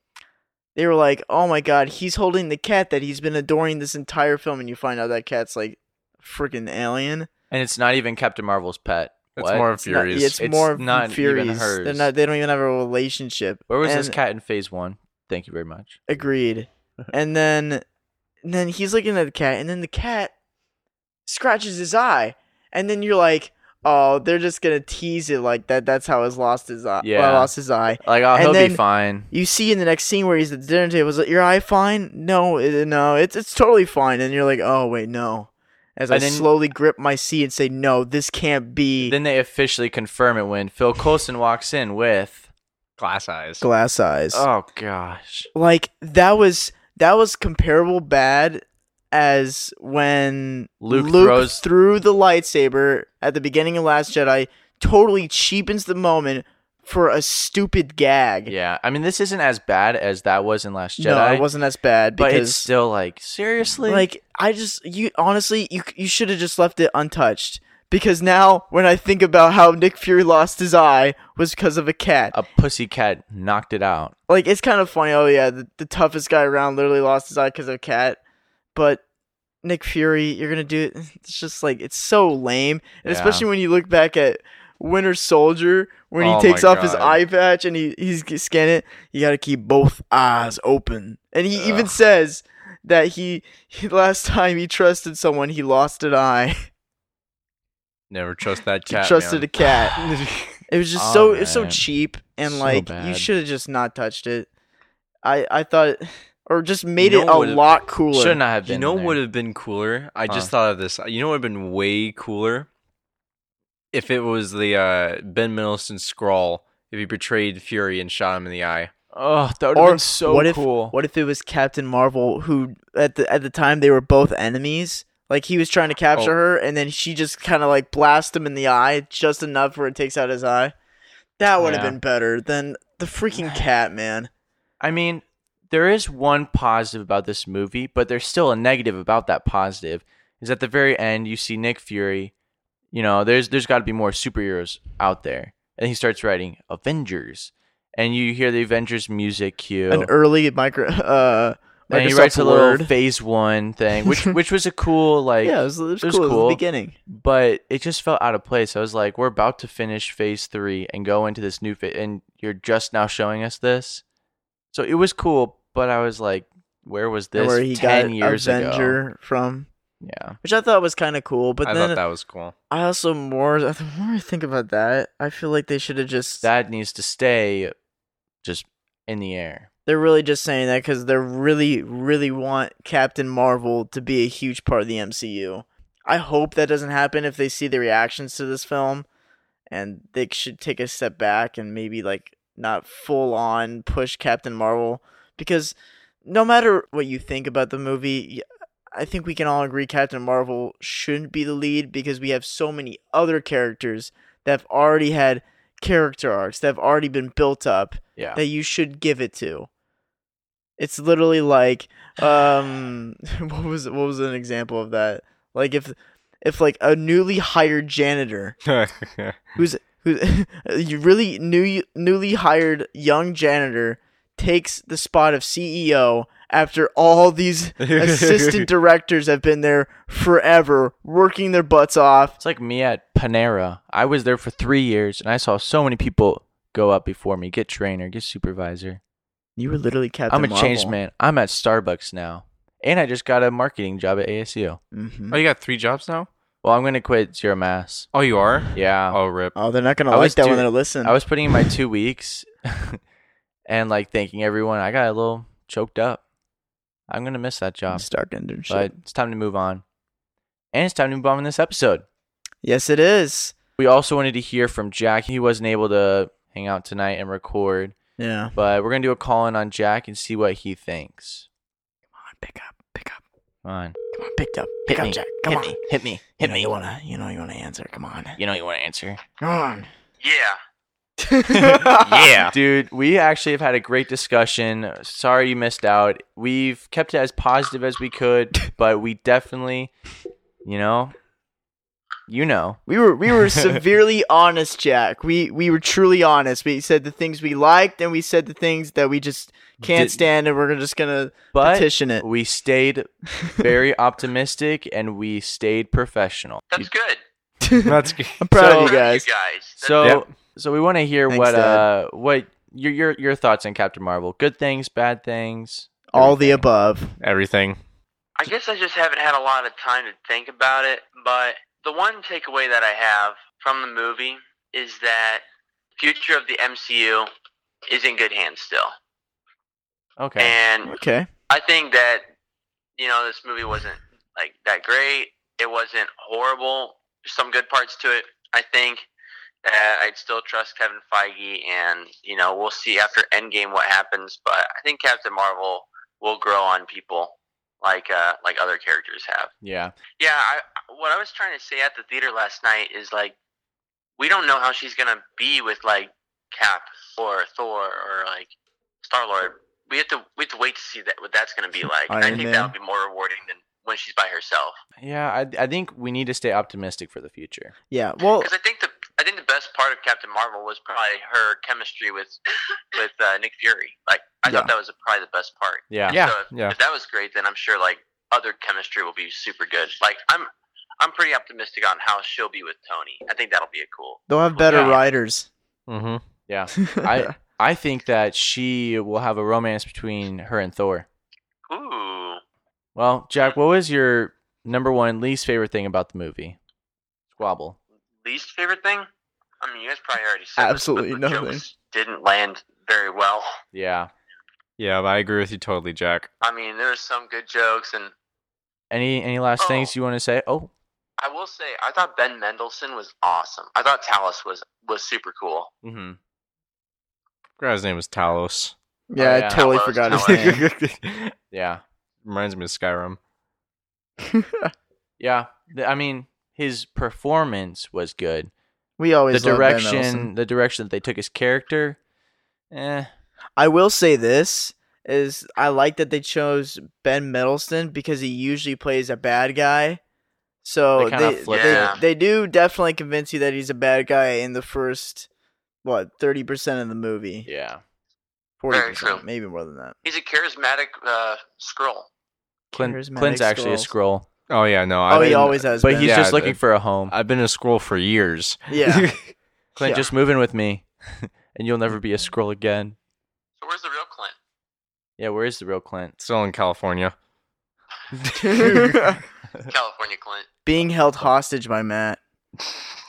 they were like, "Oh my God, he's holding the cat that he's been adoring this entire film," and you find out that cat's like freaking alien.
and it's not even Captain Marvel's pet.
It's
What?
more of
It's not-
Fury's.
It's,
It's
more
not even
Fury's. They're
hers.
not. They don't even have a relationship.
Where was this
And
cat in Phase One? Thank you very much.
Agreed. And then and then he's looking at the cat and then the cat scratches his eye. And then you're like, "Oh, they're just going to tease it like that. That's how he's lost his eye."
Yeah.
well, lost his eye.
Like, oh,
And
he'll
then-
be fine.
You see in the next scene where he's at the dinner table, is like, "Your eye fine?" No, it, no, it's it's totally fine. And you're like, "Oh, wait, no." As I
And then-
slowly grip my seat and say, "No, this can't be
Then they officially confirm it when Phil Coulson walks in with.
Glass eyes.
glass eyes."
Oh gosh.
like that was that was comparable bad as when
Luke throws-
threw the lightsaber at the beginning of Last Jedi totally cheapens the moment for a stupid gag.
Yeah. I mean, this isn't as bad as that was in Last Jedi.
No, it wasn't as bad
But
because
it's still like seriously.
like I just you honestly you you should have just left it untouched because now when I think about how Nick Fury lost his eye was because of a cat.
a pussycat knocked it out.
like it's kind of funny. Oh yeah, the, the toughest guy around literally lost his eye because of a cat. But Nick Fury, you're gonna do it. It's just like it's so lame, and
Yeah.
especially when you look back at Winter Soldier when
Oh,
he takes
my
off his
God.
eye patch and he he's g- scan it. You gotta keep both eyes open, and he even says that he, he last time he trusted someone he lost an eye.
Never trust that
he
cat.
trusted
man.
a cat. it was just
Oh,
so it was so
man.
cheap and
So
like you
bad.
should have just not touched it. I I thought or just made
know what
it a
it-
lot cooler.
Should not have been.
You know
there.
what would have been cooler? I just thought of this. You know what would have been way cooler? If it was the uh, Ben Mendelsohn scrawl, if he betrayed Fury and shot him in the eye.
Oh, that would have
Or
been so
what if
cool.
what if it was Captain Marvel who at the at the time they were both enemies? Like he was trying to capture
Oh.
her and then she just kind of like blasts him in the eye just enough where it takes out his eye. That would have
Yeah.
been better than the freaking cat, man.
I mean, there is one positive about this movie, but there's still a negative about that positive. Is at the very end you see Nick Fury, you know, there's there's got to be more superheroes out there, and he starts writing Avengers, and you hear the Avengers music cue,
An er, early micro uh
and he
Microsoft
writes a little
Word.
Phase One thing, which which was a cool like
yeah, it was, it was cool. It was the beginning.
but it just felt out of place. I was like, we're about to finish phase three and go into this new phase, and you're just now showing us this. So it was cool, but I was like, where was this
where he
ten
got
years ago?
Avenger from,
Yeah,
which I thought was kind of cool. But
I
then
thought that was cool.
I also more the more I think about that, I feel like they should have just
that needs to stay just in the air.
they're really just saying that because they really really want Captain Marvel to be a huge part of the MCU. I hope that doesn't happen if they see the reactions to this film, and they should take a step back and maybe like not full on push Captain Marvel because no matter what you think about the movie, y- I think we can all agree Captain Marvel shouldn't be the lead because we have so many other characters that have already had character arcs that have already been built up
Yeah,
that you should give it to. It's literally like um what was what was an example of that? Like if if like a newly hired janitor
Oh,
who's who you really new newly hired young janitor takes the spot of CEO after all these assistant directors have been there forever working their butts off
it's like me at Panera. I was there for three years, and I saw so many people go up before me, get trainer, get supervisor.
you were literally captain
I'm a
Marvel.
changed man. I'm at Starbucks now, and I just got a marketing job at ASU.
Mhm.
oh, you got three jobs now?
Well, I'm gonna quit zero mass.
Oh, you are?
Yeah.
Oh, rip.
oh they're not gonna
I
like
was
that
too-
when they listen
I was putting in my two weeks and like thanking everyone. I got a little choked up. I'm gonna miss that job.
stark internship
But it's time to move on. And it's time to move on in this episode.
Yes, it is.
We also wanted to hear from Jack. He wasn't able to hang out tonight and record,
Yeah.
but we're gonna do a call in on Jack and see what he thinks.
Pick up, pick up,
Come on.
come on, pick up,
Hit
pick up,
me.
Jack. Come
hit
on,
me. Hit me.
You
Hit
know
me.
you wanna, you know you wanna answer. Come on,
you know you wanna answer.
come on.
yeah.
Dude, we actually have had a great discussion. Sorry you missed out. We've kept it as positive as we could, but we definitely, you know, you know.
We were we were severely honest, Jack. We we were truly honest. We said the things we liked, and we said the things that we just can't
Didn't.
stand, and we're just gonna
But
petition it.
we stayed very optimistic and we stayed professional.
That's good.
That's
I'm proud
So-
of you guys.
You guys. That's
So
Yep.
so we want to hear
Thanks,
what
Dad.
uh what your your your thoughts on Captain Marvel? Good things, bad things.
All the above.
Everything.
I guess I just haven't had a lot of time to think about it, but the one takeaway that I have from the movie is that future of the MCU is in good hands still.
Okay.
And
Okay.
I think that you know this movie wasn't like that great. It wasn't horrible. There's some good parts to it. I think that I'd still trust Kevin Feige, and you know we'll see after Endgame what happens. But I think Captain Marvel will grow on people like uh, like other characters have.
yeah.
Yeah, I, what I was trying to say at the theater last night is like, we don't know how she's gonna be with like Cap or Thor or like Star Lord. We have to we have to wait to see that what that's gonna be like. And I
Iron
think
Man.
that would be more rewarding than when she's by herself.
Yeah, I I think we need to stay optimistic for the future.
Yeah. Well,
Because I think the I think the best part of Captain Marvel was probably her chemistry with with uh, Nick Fury. Like I
Yeah.
thought that was probably the best part.
Yeah.
Yeah,
So if,
yeah.
if that was great, then I'm sure like other chemistry will be super good. Like I'm, I'm pretty optimistic on how she'll be with Tony. I think that'll be a cool.
they'll have better
Yeah. Oh,
writers.
Mm-hmm.
Yeah. I I think that she will have a romance between her and Thor.
Ooh,
Well, Jack, what was your number one least favorite thing about the movie? Squabble.
least favorite thing. I mean, you guys probably already said this, but
Absolutely
the
nothing.
jokes didn't land very well.
Yeah.
Yeah, but I agree with you totally, Jack.
I mean, there was some good jokes, and
Any any last
Oh.
things you want to say? Oh,
I will say I thought Ben Mendelsohn was awesome. I thought Talos was was super cool.
mm-hmm.
Forgot his name was Talos.
Yeah,
yeah.
I eh? totally
Hello,
forgot his
hello.
name.
yeah,
Reminds me of Skyrim.
yeah. Th- I mean, his performance was good.
We always
The
love Ben Mendelsohn.
direction, the direction that they took his character. Eh.
I will say this is I like that they chose Ben Mendelsohn because he usually plays a bad guy. So
They
they
kinda
they,
flipped
Yeah.
they do definitely convince you that he's a bad guy in the first what thirty percent of the movie,
Yeah.
forty
Very true.
percent, maybe more than that.
He's a charismatic uh, scroll.
Clint,
Charismatic
Clint's actually a scroll,
Oh yeah, no.
Oh,
I've
he
been-
always has.
but
been.
he's
Yeah,
just looking
the-
for a home.
I've been a scroll for years.
yeah.
Clint,
yeah.
just move in with me, and you'll never be a scroll again.
So where's the real Clint?
Yeah, where is the real Clint?
Still in California.
California Clint.
Being held hostage by Matt,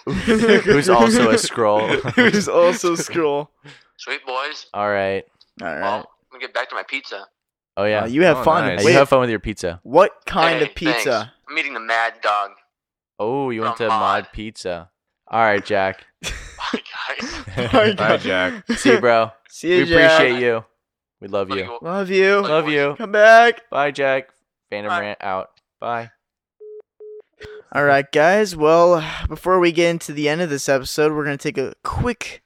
Who's also a scroll?
who's also Skrull.
Sweet boys.
All right.
All right.
Well, let me get back to my pizza.
Oh yeah.
Uh, you have
Oh,
fun.
nice.
And
Wait,
you have fun with your pizza.
what kind
Hey,
of pizza?
thanks. I'm eating the Mad Dog.
Oh, you went
From
to Mod
Mod.
Pizza. All right, Jack.
Bye, guys.
Bye,
Bye,
guys.
Jack.
See you, bro.
See you,
we appreciate
Jack.
you. We love
Love
you.
you.
Love you.
Love you.
Come back.
Bye, Jack. Phantom
Bye.
Rant out. Bye.
All right, guys. Well, before we get into the end of this episode, we're going to take a quick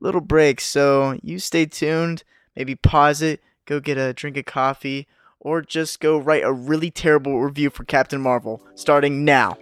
little break. So you stay tuned, maybe pause it, go get a drink of coffee, or just go write a really terrible review for Captain Marvel starting now.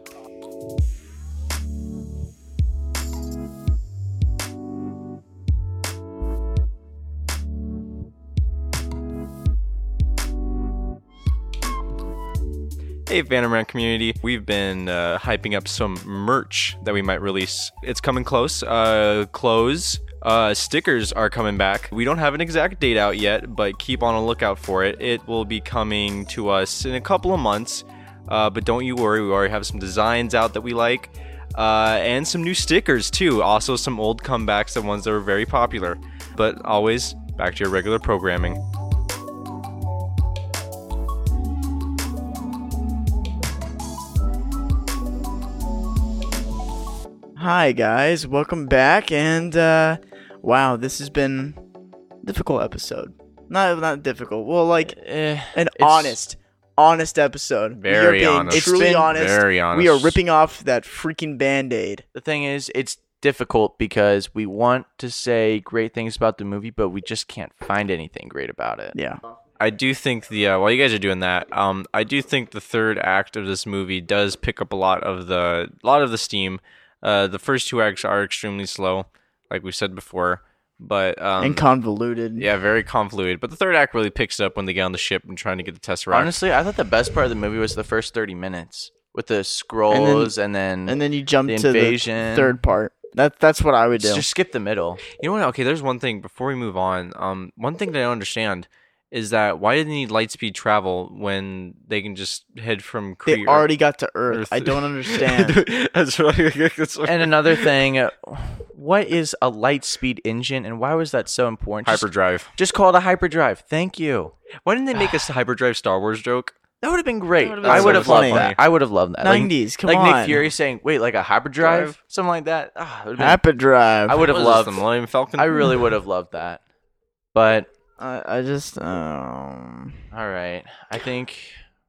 Hey, Phantom Rant community. We've been uh, hyping up some merch that we might release. It's coming close. Uh, clothes, uh, stickers are coming back. We don't have an exact date out yet, but keep on a lookout for it. It will be coming to us in a couple of months. Uh, but don't you worry, we already have some designs out that we like, uh, and some new stickers too. Also, some old comebacks, the ones that were very popular. But always back to your regular programming.
Hi, guys. Welcome back. And uh, wow, this has been a difficult episode. Not not difficult. Well, like
Eh,
an honest, honest episode. We are
Very
being
honest. It's
Truly
been
honest.
very honest.
We are ripping off that freaking band aid.
The thing is, it's difficult because we want to say great things about the movie, but we just can't find anything great about it.
Yeah.
I do think the uh, while you guys are doing that, um, I do think the third act of this movie does pick up a lot of the a lot of the steam. Uh, the first two acts are extremely slow, like we said before, but um,
and convoluted.
yeah, very convoluted. But the third act really picks up when they get on the ship and trying to get the tesseract.
Honestly, I thought the best part of the movie was the first 30 minutes with the scrolls and then,
And then you jump
the
to
invasion.
the third part. That that's what I would do.
Just skip the middle.
You know what? Okay, there's one thing before we move on. Um, one thing that I don't understand is that why do they need light speed travel when they can just head from Kree
they
Earth-
already got to Earth.
Earth-
I don't understand.
that's what I, that's what-
And another thing, uh, what is a light speed engine, and why was that so important? Just-
hyperdrive.
Just call it a hyperdrive. Thank you.
Why didn't they make us a hyperdrive Star Wars joke?
That would have been great.
Ah. That would've been
I
so
would have
funny.
loved that. I would have loved that. Like-
90s, come
like
on.
Nick Fury saying, "Wait, like a hyperdrive,
Drive.
something like that." Ah, it would've been-
Appa drive.
I would have
What is this,
loved.
the Millennium Falcon.
I really would have loved that. But
I, I just um.
all right, I think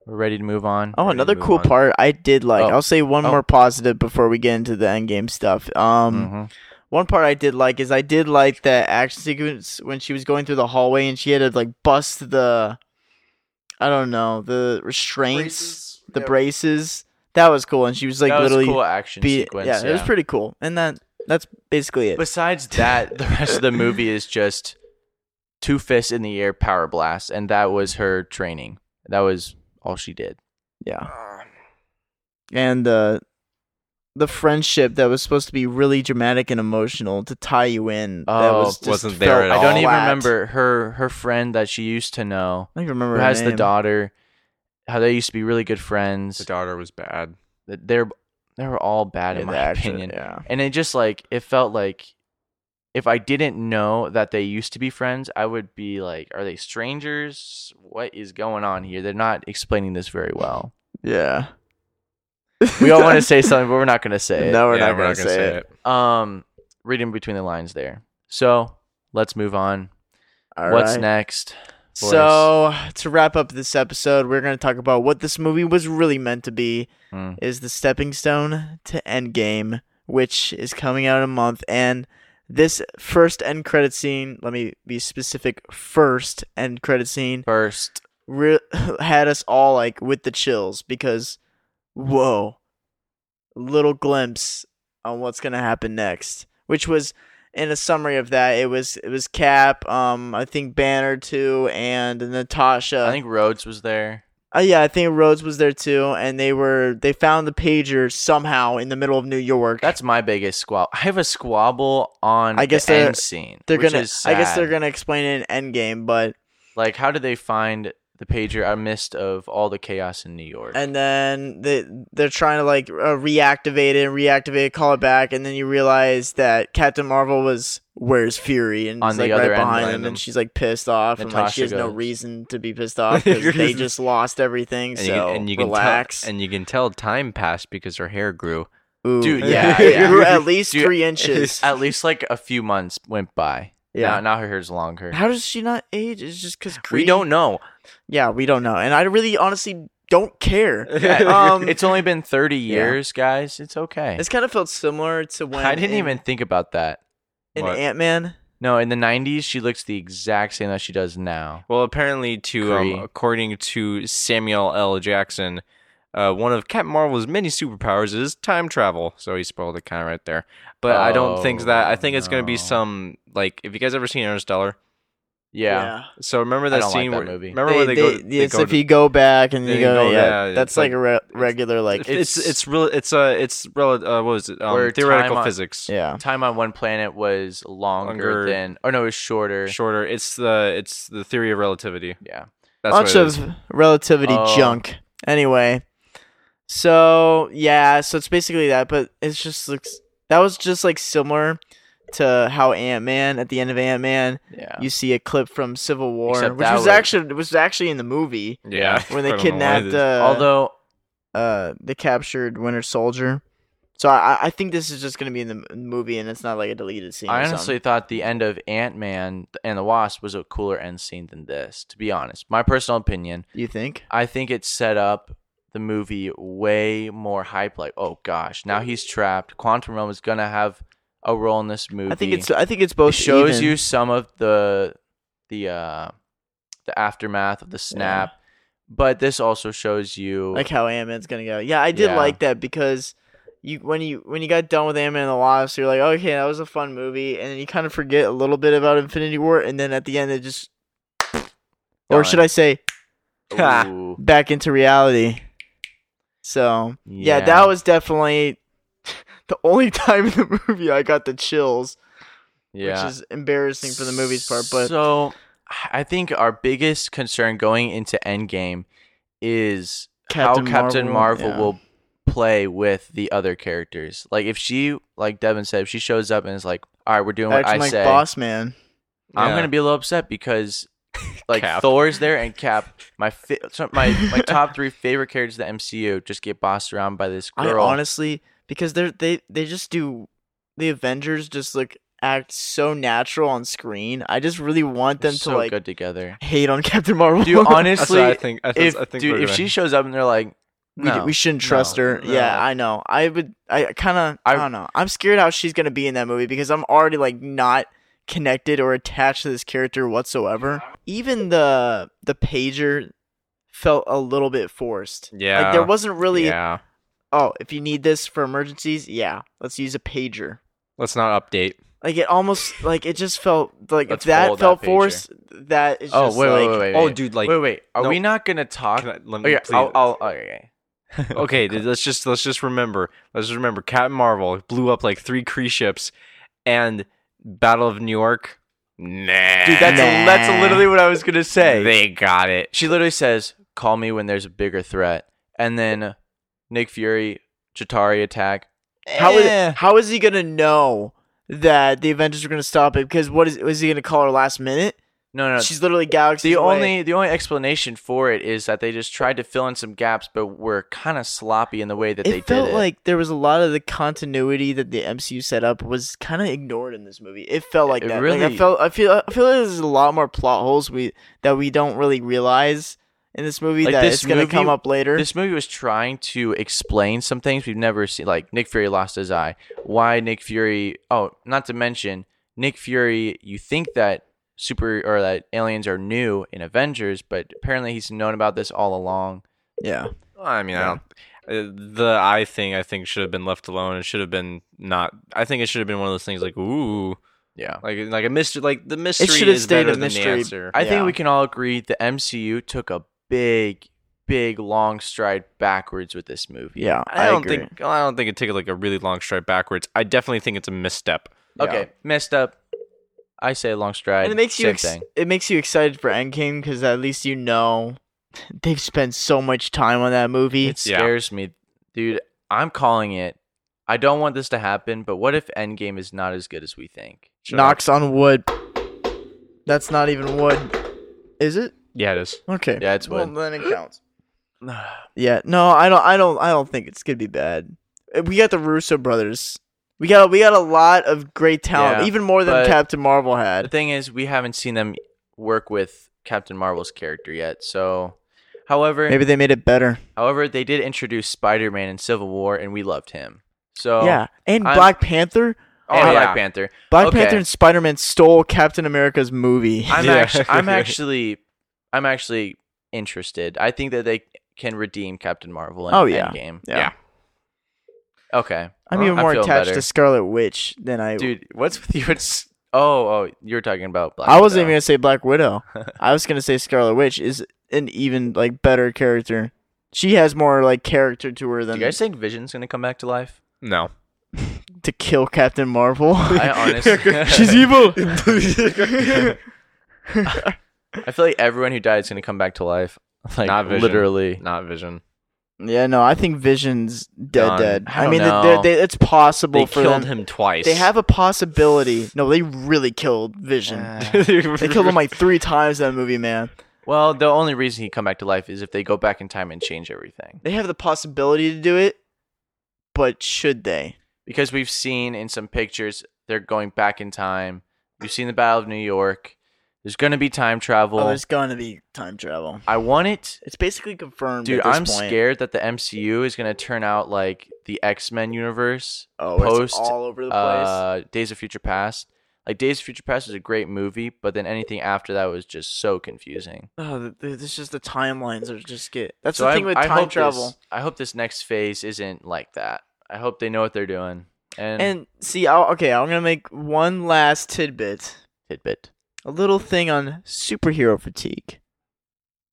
we're ready to move on.
Oh,
Ready to
another
move
cool
on.
part I did like.
Oh.
I'll say one
Oh.
more positive before we get into the endgame stuff. Um,
Mhm.
one part I did like is I did like that action sequence when she was going through the hallway and she had to like bust the, I don't know, the restraints, the braces. That was cool, and she was like
that was a
literally
cool action
beat.
sequence.
yeah, it was pretty cool, and that that's basically it.
Besides that, the rest of the movie is just two fists in the air, power blast, and that was her training. That was all she did.
yeah, and uh, the friendship that was supposed to be really dramatic and emotional to tie you in. that
Oh,
was just
wasn't there
felt
at
I don't
all.
even
flat.
remember her her friend that she used to know
I don't even remember
who
her
has the
name.
daughter. How they used to be really good friends.
The daughter was bad.
Th- They're they were all bad
Yeah,
in
the
my
actor,
opinion.
Yeah.
And it just like it felt like if I didn't know that they used to be friends, I would be like, are they strangers? What is going on here? They're not explaining this very well.
Yeah.
We all want to say something, but we're not going to say it.
No, we're
Yeah,
not going to say, it.
Um reading between the lines there. So, let's move on.
All
What's
right.
next? for
So to wrap up this episode, we're going to talk about what this movie was really meant to be.
Mm.
Is the stepping stone to Endgame, which is coming out in a month, and this first end credit scene. Let me be specific. First end credit scene
First,
re- had us all like with the chills because, whoa, little glimpse on what's gonna happen next. Which was, in a summary of that, it was it was Cap, um, I think Banner too, and Natasha.
I think Rhodes was there.
Uh, yeah, I think Rhodes was there too, and they were they found the pager somehow in the middle of New York.
That's my biggest squabble. I have a squabble on
I guess
the
they're-
end scene.
they're
which
gonna.
is
I guess they're
sad.
gonna explain it in Endgame, but
Like, how did they find the pager amidst of all the chaos in New York?
and then they they're trying to like uh, reactivate it and reactivate it, call it back, and then you realize that Captain Marvel was where's Fury and
On
is,
the
like
other
right
end,
behind
behind
him,
them.
and she's like pissed off and like she
Natasha
has no
goes-
reason to be pissed off because they just lost everything.
And
so
you can, and you can
relax,
Tell, and you can tell time passed because her hair grew.
Ooh,
Dude,
yeah,
yeah,
it grew
yeah.
at least
Dude,
three inches.
At least like a few months went by.
Yeah.
Yeah, now, now her hair's longer.
How does she not age? It's just because
We don't know.
Yeah, we don't know, and I really honestly don't care.
Yeah,
Um,
it's only been thirty
yeah.
years, guys. It's okay.
This kind of felt similar to when
I didn't
in-
even think about that.
in
What?
Ant Man.
No, in the '90s, she looks the exact same that she does now.
Well, apparently, to um,
Kree.
according to Samuel L. Jackson, uh, one of Captain Marvel's many superpowers is time travel. So he spoiled it kind of right there. But I don't think that. I think it's going
Oh,
to be
no.
some like. If you guys ever seen Interstellar,
Yeah,
so remember that
don't like
scene
that
where
movie.
remember where they, go. They
it's
go
if
to-
you go back and
they
you go,
go-
yeah,
yeah,
that's
it's
like, a
like-
re- regular, like
it's it's real. It's a uh, it's real. Uh, what was it? Um,
Where time
theoretical
on-
physics.
yeah,
time on one planet was longer,
Longer.
than, or no, it was shorter.
Shorter. It's the it's the theory of relativity.
Yeah.
That's
bunch
what it is.
of relativity
Oh.
junk. Anyway, so yeah, so it's basically that, but it's just looks that was just like similar to how Ant Man at the end of Ant Man,
Yeah.
you see a clip from Civil War,
Except
which
that
was,
was-
actually was actually in the movie
yeah.
when
I
they
don't know why
kidnapped
this-
uh,
Although
uh the captured Winter Soldier. So I I- I think this is just gonna be in the m- movie, and it's not like a deleted scene. or
I
something.
honestly thought the end of Ant Man and the Wasp was a cooler end scene than this, to be honest. My personal opinion.
you think?
I think it set up the movie way more hype, like, oh gosh, now he's trapped. Quantum Realm is gonna have a role in this movie.
I think it's I think it's both
it shows
even.
you some of the the uh the aftermath of the snap. But this also shows you
like how Ant Man's gonna go. Yeah, I did
Yeah.
like that because you when you when you got done with Ant Man and the Wasp, you're like, okay, that was a fun movie, and then you kind of forget a little bit about Infinity War, and then at the end it just, or should
Done.
I say,
Ooh,
back into reality. So yeah,
Yeah.
that was definitely the only time in the movie I got the chills,
Yeah.
which is embarrassing for the movie's part. But
so I think our biggest concern going into Endgame is
Captain
how Captain
Marvel,
Marvel,
yeah.
will play with the other characters. Like if she, like Devin said, if she shows up and is like, "All right, we're doing what
acting
I
like
say,"
boss man,
I'm
Yeah.
gonna be a little upset because like
Cap.
Thor's there and Cap, my fi- so- my my top three favorite characters of the MCU just get bossed around by this
I
girl.
honestly because they they they just do the Avengers just like act so natural on screen. I just really want
They're
them
so
to like
good together.
hate on Captain Marvel.
Dude,
That's
honestly,
what I think. I,
if
I think
dude,
we're
if
gonna-
she shows up and they're like,
we, d-
no,
we shouldn't trust her.
no,
yeah,
no.
I know. I would. I kind of. I,
I-
don't know. I'm scared how she's gonna be in that movie because I'm already like not connected or attached to this character whatsoever. Even the the pager felt a little bit forced.
Yeah.
like there wasn't really.
yeah,
Oh, if you need this for emergencies, yeah, let's use a pager.
let's not update.
Like it almost like it just felt like if
Let's
that
fold that
felt
pager.
forced, that is
oh
just
wait,
like
wait, wait, wait,
oh,
wait.
dude, like
wait, wait, are
no.
we not gonna talk?
Can I-
oh,
let me
yeah,
please.
I'll, I'll, oh, okay.
okay, th- let's just let's just remember. Let's just remember. Captain Marvel blew up like three Kree ships, and Battle of New York. Nah,
dude, that's
Nah.
that's literally what I was gonna say.
they got it.
She literally says, "Call me when there's a bigger threat," and then Nick Fury, Chitari attack.
How
Eh.
is, how is he gonna know that the Avengers are gonna stop it? Because what is is he gonna call her last minute?
No, no.
She's literally galaxy.
the only the only explanation for it is that they just tried to fill in some gaps, but were kind of sloppy in the way that
it
they
felt
did it.
like there was a lot of the continuity that the MCU set up was kind of ignored in this movie. It felt like
It
that. Like, I
really-
felt I feel I feel like there's a lot more plot holes we that we don't really realize in this movie
Like,
that
this
it's gonna
movie-
come up later.
This movie was trying to explain some things we've never seen, like Nick Fury lost his eye. Why Nick Fury? Oh, not to mention Nick Fury. You think that super or that aliens are new in Avengers, but apparently he's known about this all along.
yeah,
I mean, I don't. uh, The eye thing, I think, should have been left alone. It should have been not. I think it should have been one of those things like ooh,
Yeah,
like like a mystery. Like the mystery
should have
is
stayed
better
a
than
mystery.
the answer.
I
Yeah.
think we can all agree the MCU took a big, big long stride backwards with this movie.
yeah.
I, don't
agree.
think I don't think it took like a really long stride backwards. I definitely think it's a misstep.
Okay, messed up. I say long stride.
and it makes you
same
ex-
thing.
it makes you excited for Endgame because at least you know they've spent so much time on that movie.
It
Yeah.
scares me, dude. I'm calling it. I don't want this to happen, but what if Endgame is not as good as we think?
Knocks on wood. That's not even wood, is it?
Yeah, it is.
Okay.
Yeah, it's
well,
wood.
then it counts. yeah. No, I don't. I don't. I don't think it's gonna be bad. Uh, We got the Russo brothers. We got. We got a lot of great talent,
Yeah,
even more than
but-
Captain Marvel
The
had.
thing is, we haven't seen them work with Captain Marvel's character yet. So, however,
Maybe they made it better.
however, they did introduce Spider-Man in Civil War, and we loved him. So
yeah, and
Oh. I'm-
Black Panther.
oh,
Yeah.
Black Panther.
Black
Okay.
Panther and Spider Man stole Captain America's movie.
I'm
Yeah.
actually, I'm actually, I'm actually interested. I think that they can redeem Captain Marvel in
Oh, yeah.
Endgame.
yeah.
Okay,
I'm even more
feeling
attached
better.
to Scarlet Witch than I.
dude what's with you it's oh oh you were talking about black
I wasn't even
Widow.
gonna say Black Widow. I was gonna say Scarlet Witch is an even like better character. She has more like character to her
do
than
you guys think vision's gonna come back to life
No.
to kill Captain Marvel.
i honestly
She's evil.
i feel like everyone who died is gonna come back to life like
Not Vision.
literally
Not Vision.
yeah, no, I think Vision's dead.
Done.
Dead.
I
I,
don't
mean,
know.
they're- they, it's possible
They
for
killed
them.
him twice.
They have a possibility. No, they really killed Vision.
Uh.
they killed him like three times in that movie, man.
well the only reason he come back to life is if they go back in time and change everything
They have the possibility to do it, but should they?
because we've seen in some pictures they're going back in time we've seen the battle of new york there's gonna be time travel
oh, there's gonna be time travel.
i want it
It's basically confirmed.
Dude,
at this
I'm
point.
scared that the MCU is gonna turn out like the X Men universe.
Oh, it's
post
all over the place.
uh, Days of Future Past. Like Days of Future Past is a great movie, but then anything after that was just so confusing.
oh, th- th- this just the timelines are just get. That's
So
the
I-
thing with
I
time
hope
travel.
This, I hope this next phase isn't like that. I hope they know what they're doing. And,
And see, I'll, okay, I'm gonna make one last tidbit,
tidbit.
a little thing on superhero fatigue.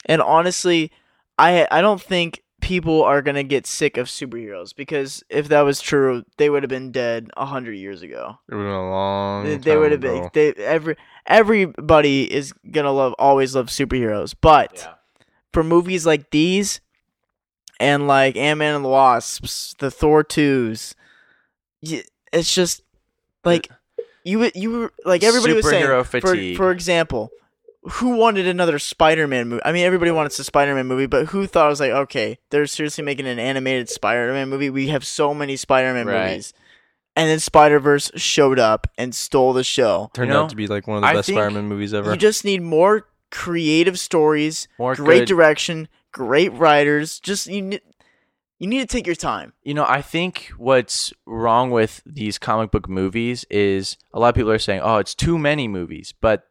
And honestly, I I don't think people are gonna get sick of superheroes because if that was true, they would have been dead a hundred years ago.
It would have been a long.
They- they
time
would have been.
ago.
They every everybody is gonna love always love superheroes, but
Yeah.
for movies like these and like Ant Man and the Wasps, the Thor twos, y- it's just like you would- you were like everybody was saying.
Superhero
for-
fatigue.
For, example, who wanted another Spider Man movie? I mean, everybody wants a Spider Man movie, but who thought it was like, okay, they're seriously making an animated Spider Man movie? We have so many Spider Man
Right.
movies. And then Spider Verse showed up and stole the show.
Turned
You know,
out to be like one of the
I
best
think
Spider-Man movies ever.
You just need more creative stories,
More
great
good-
direction, great writers. Just you, ne- you need to take your time.
you know, I think what's wrong with these comic book movies is a lot of people are saying, "Oh, it's too many movies." But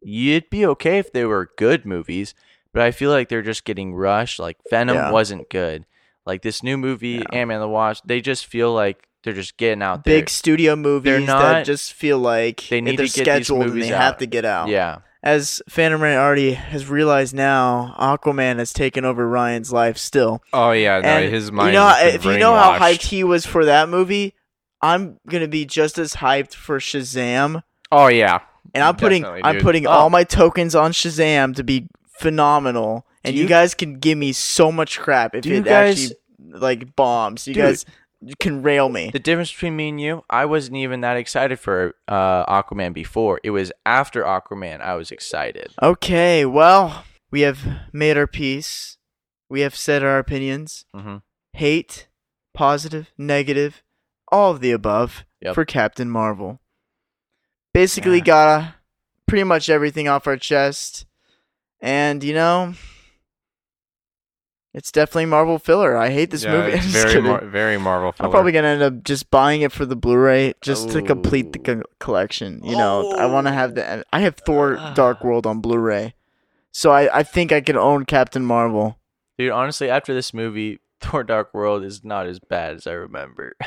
you'd be okay if they were good movies, but I feel like they're just getting rushed. Like Venom
Yeah.
wasn't good. Like this new movie, Ant-Man and the Watch, they just feel like they're just getting out there.
Big studio movies
not-
that just feel like
they need to
they're
get these
scheduled and
movies
they have
out.
to get out.
yeah.
As Phantom Ray already has realized now, Aquaman has taken over Ryan's life still.
oh yeah, no,
and
his mind.
you know,
has been
if you know how
brainwashed.
hyped he was for that movie, I'm gonna be just as hyped for Shazam.
Oh yeah.
and
Mm,
I'm putting
Definitely,
I'm
dude.
putting
Oh.
all my tokens on Shazam to be phenomenal, and
Do
you,
you-
guys can give me so much crap if
Do you
it
guys-
actually like bombs. You
Dude.
guys can rail me.
The difference between me and you, I wasn't even that excited for uh, Aquaman before. It was after Aquaman I was excited.
Okay, well, we have made our peace. We have said our opinions.
Mm-hmm.
Mhm.
Hate, positive, negative, all of the above
Yep.
for Captain Marvel. Basically, got uh, pretty much everything off our chest. And, you know, it's definitely Marvel filler. I hate this
Yeah,
movie. I'm
it's
just
very,
kidding.
mar- very Marvel.
I'm
filler.
probably gonna end up just buying it for the Blu-ray just to complete the
Ooh.
co- collection. You know, I want to have
Oh.
the. I have Thor:
Ah.
Dark World on Blu-ray, so I I think I can own Captain Marvel.
Dude, honestly, after this movie, Thor Dark World is not as bad as I remember.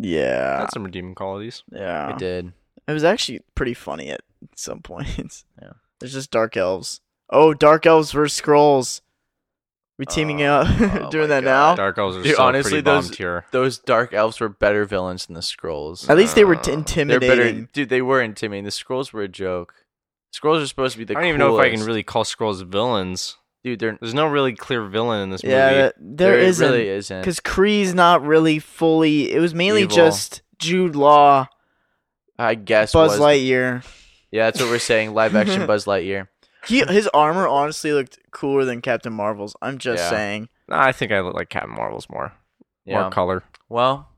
Yeah,
That's some redeeming qualities.
yeah.
I did.
It was actually pretty funny at some points.
Yeah.
there's just dark elves. Oh, dark elves versus scrolls. We teaming
Oh,
up,
oh
doing
my
that
God.
now.
Dark elves are
Dude,
so
honestly,
pretty
those-
bombed here.
Those dark elves were better villains than the scrolls.
At least they were t-
They're
They're
intimidating.
better, dude. They were intimidating. The scrolls were a joke. Scrolls are supposed to be the.
I don't even know if I can
coolest.
really call scrolls villains.
Dude, they're,
There's no really clear villain in this
yeah,
movie.
that- there
there
isn't.
really isn't.
Because Kree's not really fully. It was mainly
Evil.
just Jude Law,
I guess
Buzz
was-
Lightyear.
Yeah, that's what we're saying. Live action Buzz Lightyear.
He his armor honestly looked cooler than Captain Marvel's. I'm just
Yeah.
saying.
Nah, I think I look like Captain Marvel's more.
Yeah.
More color.
Well,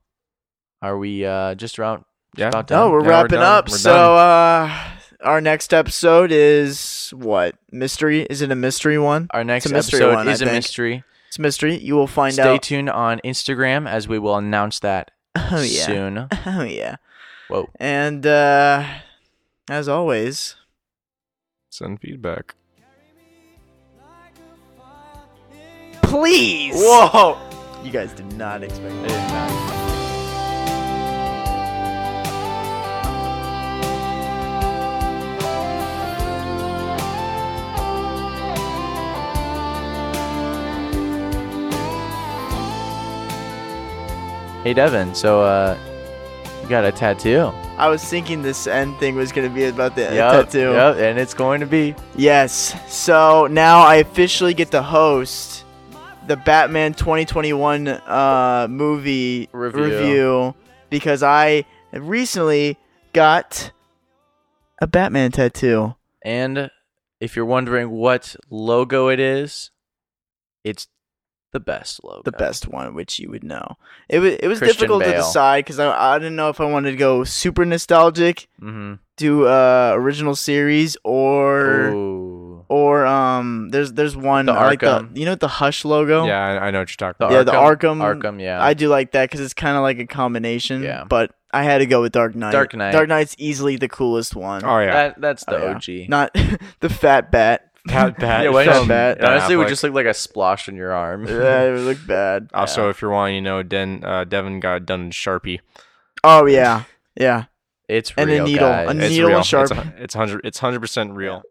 are we uh, just around?
Yeah.
About done?
No, we're
Yeah, we're
wrapping
done.
up.
We're
so uh our next episode is what mystery? Is it a mystery one?
Our next
a mystery
episode
one, I
is a
think.
mystery.
It's a mystery. You will find
Stay
out.
tuned on Instagram as we will announce that
oh yeah.
soon.
Oh yeah.
Whoa.
And uh as always,
Send feedback.
please.
Whoa.
You guys did not expect that.
Hey Devin, so uh you got a tattoo.
I was thinking this end thing was gonna be about the
Yep,
tattoo.
Yep, and it's going to be
Yes. So now I officially get to host the Batman 2021 uh, movie
Review.
review because I recently got a Batman tattoo.
and if you're wondering what logo it is, it's the best logo.
the best one, which you would know. It was it was
Christian
difficult to
Bale.
decide because I, I didn't know if I wanted to go super nostalgic,
Mm-hmm.
do uh, original series, or
Ooh.
or um. There's there's one
The
I like the
Arkham.
you know what the Hush logo.
Yeah, I, I know what you're talking
yeah,
about.
the Arkham-
Arkham, yeah.
I do like that because it's kind of like a combination.
Yeah.
But I had to go with Dark Knight.
Dark Knight.
Dark Knight's easily the coolest one.
Oh yeah.
That that's the
Oh, yeah.
OG.
Not the fat bat.
That, that,
yeah, why
Fat
not?
bat.
It honestly, it would
Affleck.
just look like a splosh on your arm.
yeah, it would look bad.
Also, if you're wanting to know, Den, uh, Devin got it done in Sharpie.
Oh yeah, yeah.
It's
And a
real,
needle.
guys.
A
It's
Needle
real.
and Sharpie.
It's, a, it's hundred. It's hundred percent real.